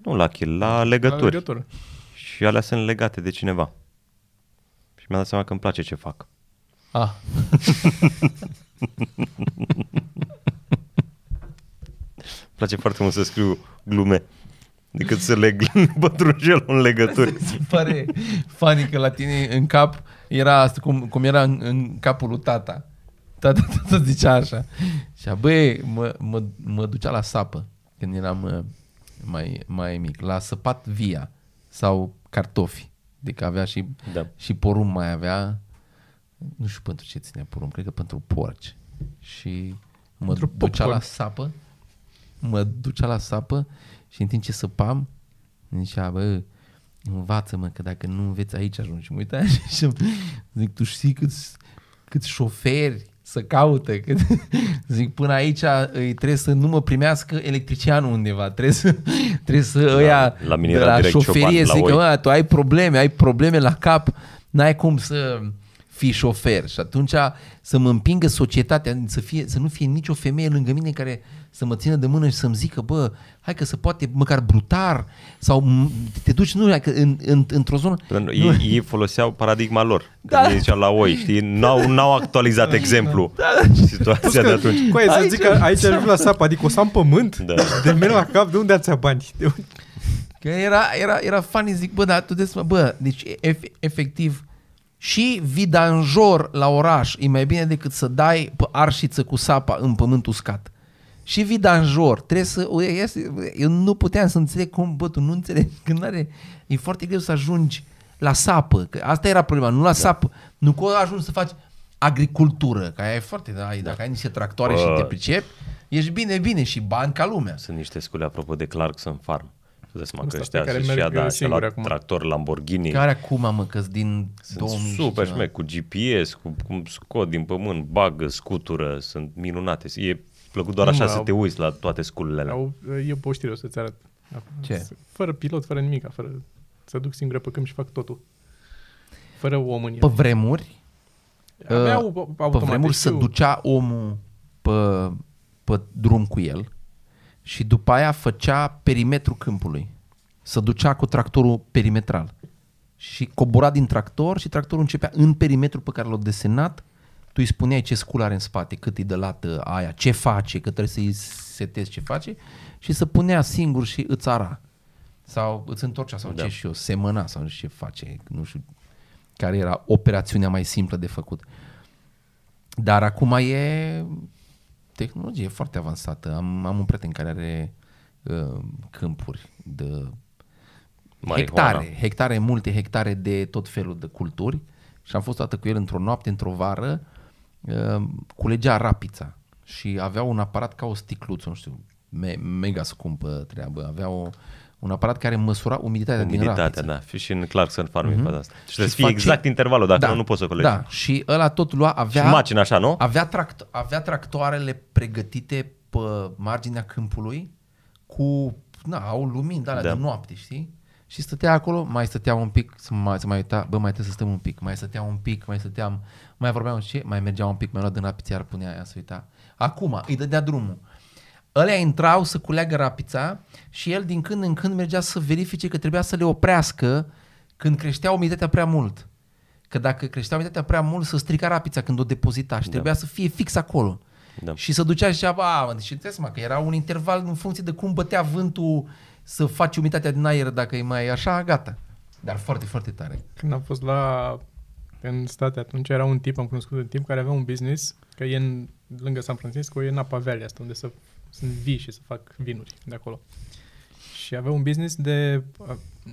Speaker 3: Nu la kill, la
Speaker 4: la
Speaker 3: legături. La legături.
Speaker 4: legătură.
Speaker 3: Și alea sunt legate de cineva. Și mi-am dat seama că îmi place ce fac.
Speaker 2: Ah.
Speaker 3: Îmi place foarte mult să scriu glume decât să leg pătrunjelul în legături.
Speaker 2: Se pare funny că la tine în cap era asta, cum, cum era în, în capul lui tata. Tata, tata zicea așa. Și băi, mă, mă, mă ducea la sapă când eram uh, mai, mai mic. La săpat via sau cartofi. Adică avea și,
Speaker 3: Da.
Speaker 2: și porum mai avea. Nu știu pentru ce ținea porum, cred că pentru porci. Și mă
Speaker 4: Pentru
Speaker 2: ducea la
Speaker 4: popcorn.
Speaker 2: sapă mă ducea la sapă și în timp ce săpam, îmi zicea, bă, învață-mă că dacă nu înveți aici ajungi. Și mă uitam așa și îmi zic, tu știi câți, câți șoferi să caută? Cât... Zic, până aici îi trebuie să nu mă primească electricianul undeva. Trebuie să, trebuie să da, ăia
Speaker 3: la mine
Speaker 2: de
Speaker 3: era
Speaker 2: la
Speaker 3: direct
Speaker 2: șoferie
Speaker 3: cioban,
Speaker 2: să
Speaker 3: la
Speaker 2: zică,
Speaker 3: oi.
Speaker 2: mă, tu ai probleme, ai probleme la cap, n-ai cum să fii șofer și atunci să mă împingă societatea, să, fie, să nu fie nicio femeie lângă mine care să mă țină de mână și să-mi zică, bă, hai că se poate măcar brutar sau m- te duci, nu, hai că în, în, într-o zonă,
Speaker 3: Pentru că Ei, ei foloseau paradigma lor. Da. Când ei ziceau la oi, știi? N-au, n-au
Speaker 4: Da.
Speaker 3: actualizat exemplu situația de atunci.
Speaker 4: Coaie, să
Speaker 2: Aici-
Speaker 4: zic da. că aici ajung la sap, adică o să am pământ?
Speaker 3: Da.
Speaker 4: De merg la cap, de unde ați ia bani? De unde?
Speaker 2: Că era, era, era funny, zic, bă, dar tu des, bă, deci ef- efectiv și vidanjor la oraș e mai bine decât să dai pe arșiță cu sapa în pământ uscat. Și vidanjor, trebuie să, este- eu nu puteam să înțeleg cum, bă, tu nu înțelegi, când are, e foarte greu să ajungi la sapă, că asta era problema, nu la da. sapă, nu că ajungi să faci agricultură, că aia e foarte, da, ai, dacă ai niște tractoare
Speaker 3: Bă.
Speaker 2: și te pricepi, ești bine, bine și bani ca lumea.
Speaker 3: Sunt niște scule, apropo de Clarkson Farm. Să dați seama că
Speaker 4: Ăsta
Speaker 3: ăștia
Speaker 4: pe care
Speaker 3: da, și-a
Speaker 4: merg
Speaker 3: da, și-a
Speaker 4: singur
Speaker 3: luat
Speaker 4: acum.
Speaker 3: tractor Lamborghini.
Speaker 2: Care acum, mă, că din
Speaker 3: sunt
Speaker 2: 2000 și
Speaker 3: super
Speaker 4: da.
Speaker 2: ceva.
Speaker 3: șmec, cu GPS, cu cum scot din pământ, bagă, scutură, sunt minunate. E plăcut doar
Speaker 4: Nu,
Speaker 3: așa
Speaker 4: au-
Speaker 3: să te uiți la toate sculele alea.
Speaker 4: Au, eu pe o știre o să-ți arăt.
Speaker 2: Ce?
Speaker 4: Fără pilot, fără nimic, fără să duc singură pe câmp și fac totul. Fără om în el.
Speaker 2: Pe vremuri,
Speaker 4: Abia
Speaker 2: uh,
Speaker 4: au- au
Speaker 2: pe
Speaker 4: automat,
Speaker 2: vremuri
Speaker 4: știu.
Speaker 2: se ducea omul pe, pe drum cu el și după aia făcea perimetrul câmpului. Se ducea cu tractorul perimetral și cobora din tractor și tractorul începea în perimetrul pe care l-a desenat. Tu îi spuneai ce scul are în spate, cât e de lată aia, ce face, că trebuie să-i setezi ce face și să punea singur și îți ara. Sau îți întorcea sau da. ce și eu, semăna sau nu știu ce face, nu știu care era operațiunea mai simplă de făcut. Dar acum e tehnologie foarte avansată. Am, am un prieten care are uh, câmpuri de
Speaker 3: Marihuana.
Speaker 2: hectare, hectare, multe hectare de tot felul de culturi și am fost toată cu el într-o noapte, într-o vară, uh, culegea rapița și avea un aparat ca o sticluță, nu știu, me- mega scumpă treabă, avea o, un aparat care măsura umiditatea, din rapiță.
Speaker 3: Umiditatea, da. Și- Și în Clarkson Farm
Speaker 4: Mhm.
Speaker 3: e faza asta. Și trebuie să fie
Speaker 2: faci-
Speaker 3: exact intervalul, dacă nu, nu poți să colegi.
Speaker 2: Da, și ăla tot lua, avea,
Speaker 3: Și macina așa, nu?
Speaker 2: avea, tract- avea tractoarele pregătite pe marginea câmpului cu, na, au lumini de alea da.
Speaker 3: Da.
Speaker 2: de noapte, știi? Și stătea acolo, mai stătea un pic, să mai, să mai uita, bă, mai trebuie să stăm un pic, mai stătea un pic, mai stăteam, mai vorbeam și mai mergea un pic, mai lua din rapiță, iar punea aia să uita. Acum, îi dădea drumul. Ălea intrau să culeagă rapița și el din când în când mergea să verifice că trebuia să le oprească când creștea umiditatea prea mult. Că dacă creștea umiditatea prea mult, să strica rapița când o depozita și trebuia să fie fix acolo.
Speaker 3: Da.
Speaker 2: Și se ducea și zicea, a, mă, deci îți seama că era un interval în funcție de cum bătea vântul să faci umiditatea din aer, dacă e mai așa, gata. Dar foarte, foarte tare.
Speaker 4: Când am fost la în state atunci era un tip, am cunoscut un tip care avea un business, că e în, lângă San Francisco, e în Napa Valley asta, unde să, sunt vii și să fac vinuri de acolo. și avea un business de uh,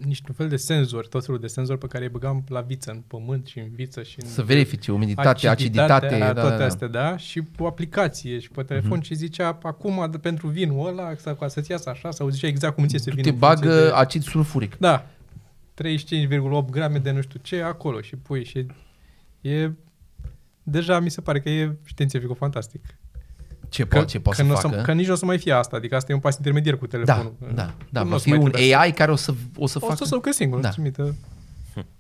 Speaker 4: niște fel de senzori, tot felul de senzori pe care îi băgam la viță, în pământ și în viță și în
Speaker 2: Să verifici umiditatea, aciditate,
Speaker 4: aciditatea,
Speaker 2: da, Mhm.
Speaker 4: toate
Speaker 2: da, da.
Speaker 4: astea, da, și o aplicație și pe telefon și zicea acum de- pentru vinul ăla, sau ca să-ți iasă așa, sau zicea exact cum ți iese
Speaker 2: Tu
Speaker 4: vinul.
Speaker 2: te
Speaker 4: în funcție
Speaker 2: bagă
Speaker 4: de-
Speaker 2: acid sulfuric.
Speaker 4: Da, 35,8 grame de nu știu ce acolo și pui și e... Deja mi se pare că e științific fantastic.
Speaker 2: Ce,
Speaker 4: Că,
Speaker 2: po- ce poate
Speaker 4: că,
Speaker 2: să
Speaker 4: n-o
Speaker 2: facă?
Speaker 4: să, că nici nu o să mai fie asta, adică asta e un pas intermediar cu
Speaker 2: da,
Speaker 4: telefonul.
Speaker 2: da, da,
Speaker 4: Nu
Speaker 2: va
Speaker 4: o să
Speaker 2: fi
Speaker 4: mai
Speaker 2: un
Speaker 4: trebuie asta.
Speaker 2: AI care o să, o să
Speaker 4: O
Speaker 2: facă
Speaker 4: să se ducă singur,
Speaker 2: Da.
Speaker 4: da. trimită.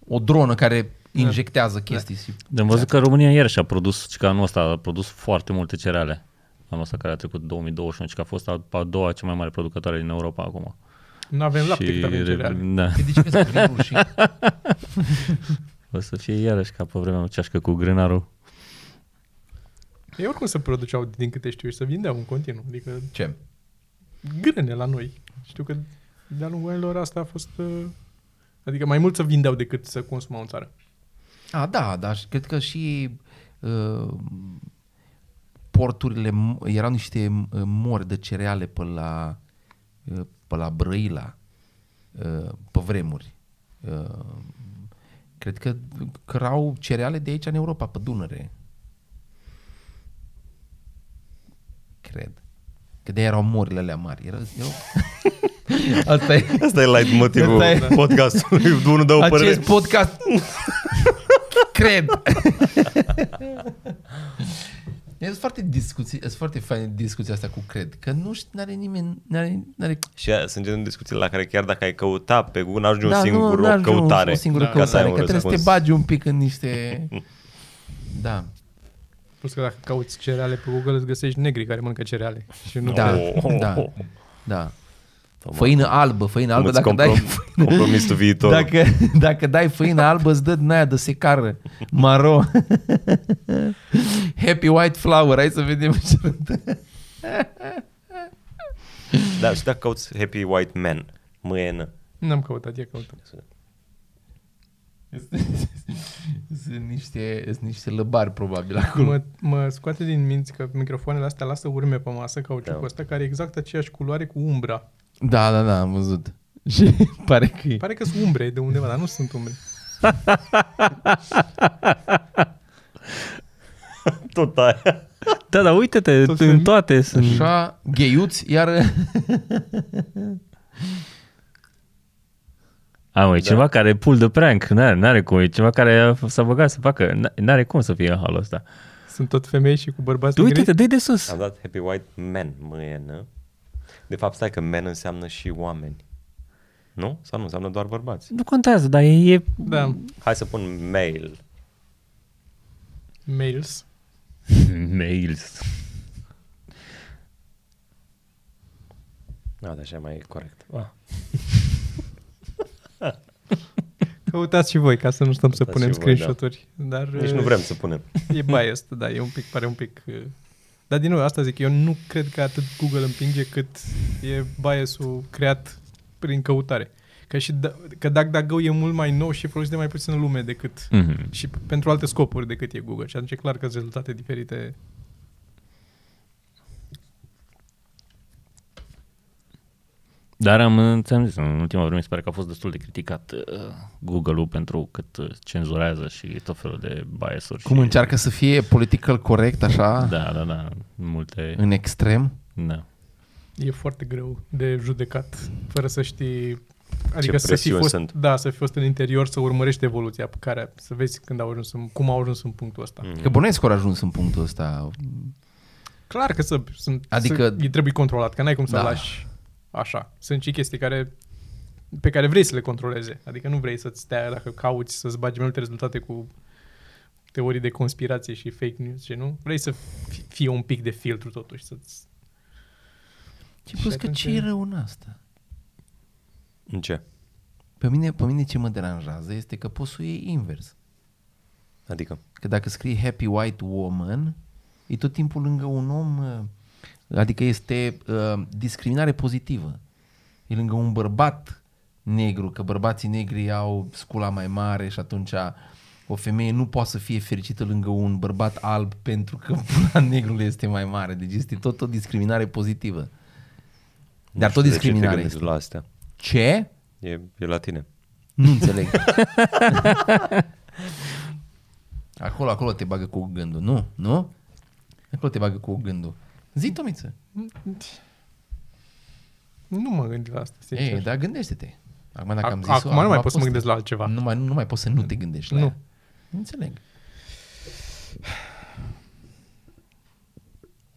Speaker 2: o dronă
Speaker 4: Da.
Speaker 2: care injectează chestii. și-
Speaker 1: De am văzut că România ieri și-a produs, și că anul ăsta a produs foarte multe cereale. Anul ăsta care a trecut 2021, și că a fost a, a doua cea mai mare producătoare din Europa acum.
Speaker 4: Nu avem lapte cât avem cereale.
Speaker 1: da,
Speaker 2: Păi de ce crezi că vin rușii?
Speaker 1: o să fie iarăși ca pe vremea ceașcă cu grânarul.
Speaker 4: Ei oricum se produceau din câte știu și să vindeau în continuu. Adică
Speaker 2: Ce?
Speaker 4: grâne la noi. Știu că de-a lungul anilor asta a fost... uh, Adică mai mult să vindeau decât să consumau în țară.
Speaker 2: A, da, dar și- cred că și uh, porturile, m- erau niște uh, mori de cereale pe la, uh, pe la Brăila, uh, pe vremuri. Uh, cred că cărau cereale de aici în Europa, pe Dunăre. Cred. Că de erau morile alea mari. Era, eu... Asta e.
Speaker 3: Asta e light motivul
Speaker 2: Asta e.
Speaker 3: podcastului. Unul dă o părere.
Speaker 2: Acest podcast. Cred. E sunt foarte discuții, sunt foarte faine discuția asta cu cred, că nu știu, n-are nimeni, n-are, n-are
Speaker 3: Și aia sunt genul discuțiile la care chiar dacă ai căuta pe Google, n-ajungi un
Speaker 2: Da,
Speaker 3: singur
Speaker 2: nu,
Speaker 3: o
Speaker 2: n-ajungi
Speaker 3: căutare. Da.
Speaker 2: O singură
Speaker 3: ca să ai
Speaker 2: căutare, că
Speaker 3: un
Speaker 2: trebuie să te
Speaker 3: răspuns.
Speaker 2: bagi un pic în niște... Da.
Speaker 4: Plus că dacă cauți cereale pe Google îți găsești negri care mănâncă cereale. Și nu
Speaker 2: Da,
Speaker 3: Oh.
Speaker 2: da, da. Făină albă, făină
Speaker 3: Cum
Speaker 2: albă,
Speaker 3: îți
Speaker 2: dacă dai...
Speaker 3: comprom- compromisul viitor.
Speaker 2: Dacă, dacă dai făină albă, îți dă din aia de secară, maro. Happy white flower, hai să vedem ce
Speaker 3: Da, și dacă cauți Happy White Man, mâine.
Speaker 4: N-am căutat, e căutat.
Speaker 2: Sunt niște, sunt niște lăbari probabil acolo.
Speaker 4: Mă, mă scoate din minți că microfoanele astea lasă urme pe masă, cauciucul
Speaker 3: Da.
Speaker 4: ăsta care e exact aceeași culoare cu umbra.
Speaker 2: Da, da, da, am văzut. Și pare că e.
Speaker 4: Pare că sunt umbre de undeva, dar nu sunt umbre.
Speaker 3: Tot aia.
Speaker 1: Da, da, uite-te,
Speaker 4: Tot
Speaker 1: în
Speaker 4: felul.
Speaker 1: toate sunt...
Speaker 2: Așa, gheiuți, iar...
Speaker 1: A, mă, e cineva care pull de prank, n-are, n-are cum, e cineva care a f- s-a băgat să facă, n- n-are cum să fie halul ăsta.
Speaker 4: Sunt tot femei și cu bărbați
Speaker 1: Tu uite-te,
Speaker 4: negri.
Speaker 1: dă de sus.
Speaker 3: Am dat Happy White Man, mâine. De fapt, stai că man înseamnă și oameni. Nu? Sau nu? Înseamnă doar bărbați.
Speaker 1: Nu contează, dar e, e
Speaker 4: Da,
Speaker 3: Hai să pun mail.
Speaker 4: males.
Speaker 1: mails.
Speaker 3: Da, dar așa mai e corect.
Speaker 4: Căutați și voi ca să nu stăm să
Speaker 3: Căutați
Speaker 4: punem
Speaker 3: și voi, da.
Speaker 4: screenshot-uri. Dar, uh,
Speaker 3: Nici nu vrem să punem.
Speaker 4: E biased, da, e un pic, pare un pic... uh, Dar din nou, asta zic, eu nu cred că atât Google împinge cât e bias-ul creat prin căutare. Că și da, că DuckDuckGo e mult mai nou și folosit de mai puțină lume decât
Speaker 1: Mhm.
Speaker 4: și pentru alte scopuri decât e Google. Și atunci e clar că sunt rezultate diferite.
Speaker 1: Dar am, ți-am zis, în ultima vreme se pare că a fost destul de criticat uh, Google-ul pentru cât uh, cenzurează și tot felul de bias-uri.
Speaker 2: Cum
Speaker 1: și,
Speaker 2: încearcă să fie political corect, așa,
Speaker 1: Da, da, da, multe...
Speaker 2: în extrem.
Speaker 1: Da.
Speaker 4: E foarte greu de judecat, fără să știi... Adică
Speaker 3: Ce
Speaker 4: să fi
Speaker 3: presiuni
Speaker 4: fost,
Speaker 3: sunt.
Speaker 4: da, să fi fost în interior, să urmărești evoluția pe care, să vezi când au ajuns în, cum au ajuns în punctul ăsta. Mm.
Speaker 2: Că bănuiesc că au ajuns în punctul ăsta.
Speaker 4: Clar că să, sunt,
Speaker 2: Adică-
Speaker 4: să, îi trebuie controlat, că n-ai cum să
Speaker 2: Da.
Speaker 4: da. lași așa. Sunt și chestii care, pe care vrei să le controleze. Adică nu vrei să-ți stea, dacă cauți, să-ți bagi mai multe rezultate cu teorii de conspirație și fake news și nu. Vrei să fi- fie un pic de filtru totuși, să-ți...
Speaker 2: Și plus că
Speaker 4: atunci-
Speaker 2: ce e rău în asta?
Speaker 3: În ce?
Speaker 2: Pe mine, pe mine ce mă deranjează este că poți să o iei invers.
Speaker 3: Adică?
Speaker 2: Că dacă scrii happy white woman, e tot timpul lângă un om, uh, adică este uh, discriminare pozitivă. E lângă un bărbat negru, că bărbații negri au scula mai mare și atunci o femeie nu poate să fie fericită lângă un bărbat alb pentru că pula negrului este mai mare. Deci este tot o discriminare pozitivă. Dar
Speaker 3: Nu știu
Speaker 2: tot
Speaker 3: de ce te
Speaker 2: discriminare.
Speaker 3: gândești la astea.
Speaker 2: Ce?
Speaker 3: E, e la tine.
Speaker 2: Nu înțeleg. acolo, acolo te bagă cu gândul, nu? Nu? Acolo te bagă cu gândul. Zi, Tomiță.
Speaker 4: Nu mă gândesc la asta, sincer.
Speaker 2: Ei, dar gândește-te. Acum, dacă
Speaker 4: Ac-
Speaker 2: am zis
Speaker 4: acum nu mai pot să mă gândesc la altceva.
Speaker 2: Nu mai, nu mai poți să nu te gândești la
Speaker 4: Nu.
Speaker 2: ea. Nu înțeleg.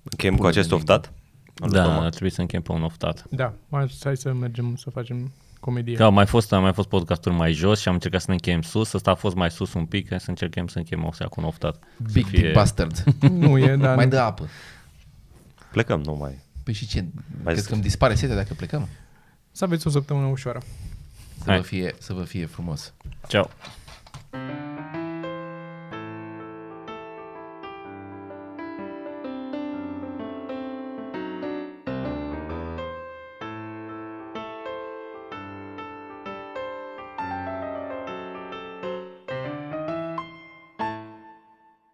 Speaker 3: Încheiem cu acest oftat. Al lui
Speaker 1: Da,
Speaker 3: Toma.
Speaker 1: ar trebui să închem pe un oftat.
Speaker 4: Da, hai, hai să mergem să facem comedie.
Speaker 1: Că au mai fost, au mai fost podcasturi mai jos și am încercat să ne încheiem sus, ăsta a fost mai sus un pic, hai să încercăm să încheiem o cu un oftat. Să
Speaker 2: Big
Speaker 1: fie-
Speaker 2: dick bastard.
Speaker 4: Da, Nu e, dar...
Speaker 2: mai da. dă apă.
Speaker 3: Plecăm, nu mai.
Speaker 2: Păi și ce? Crezi
Speaker 3: zi.
Speaker 2: că îmi dispare setea dacă plecăm?
Speaker 4: Să aveți o săptămână ușoară.
Speaker 2: Să
Speaker 1: Hai.
Speaker 2: vă, fie, să vă fie frumos.
Speaker 1: Ceau!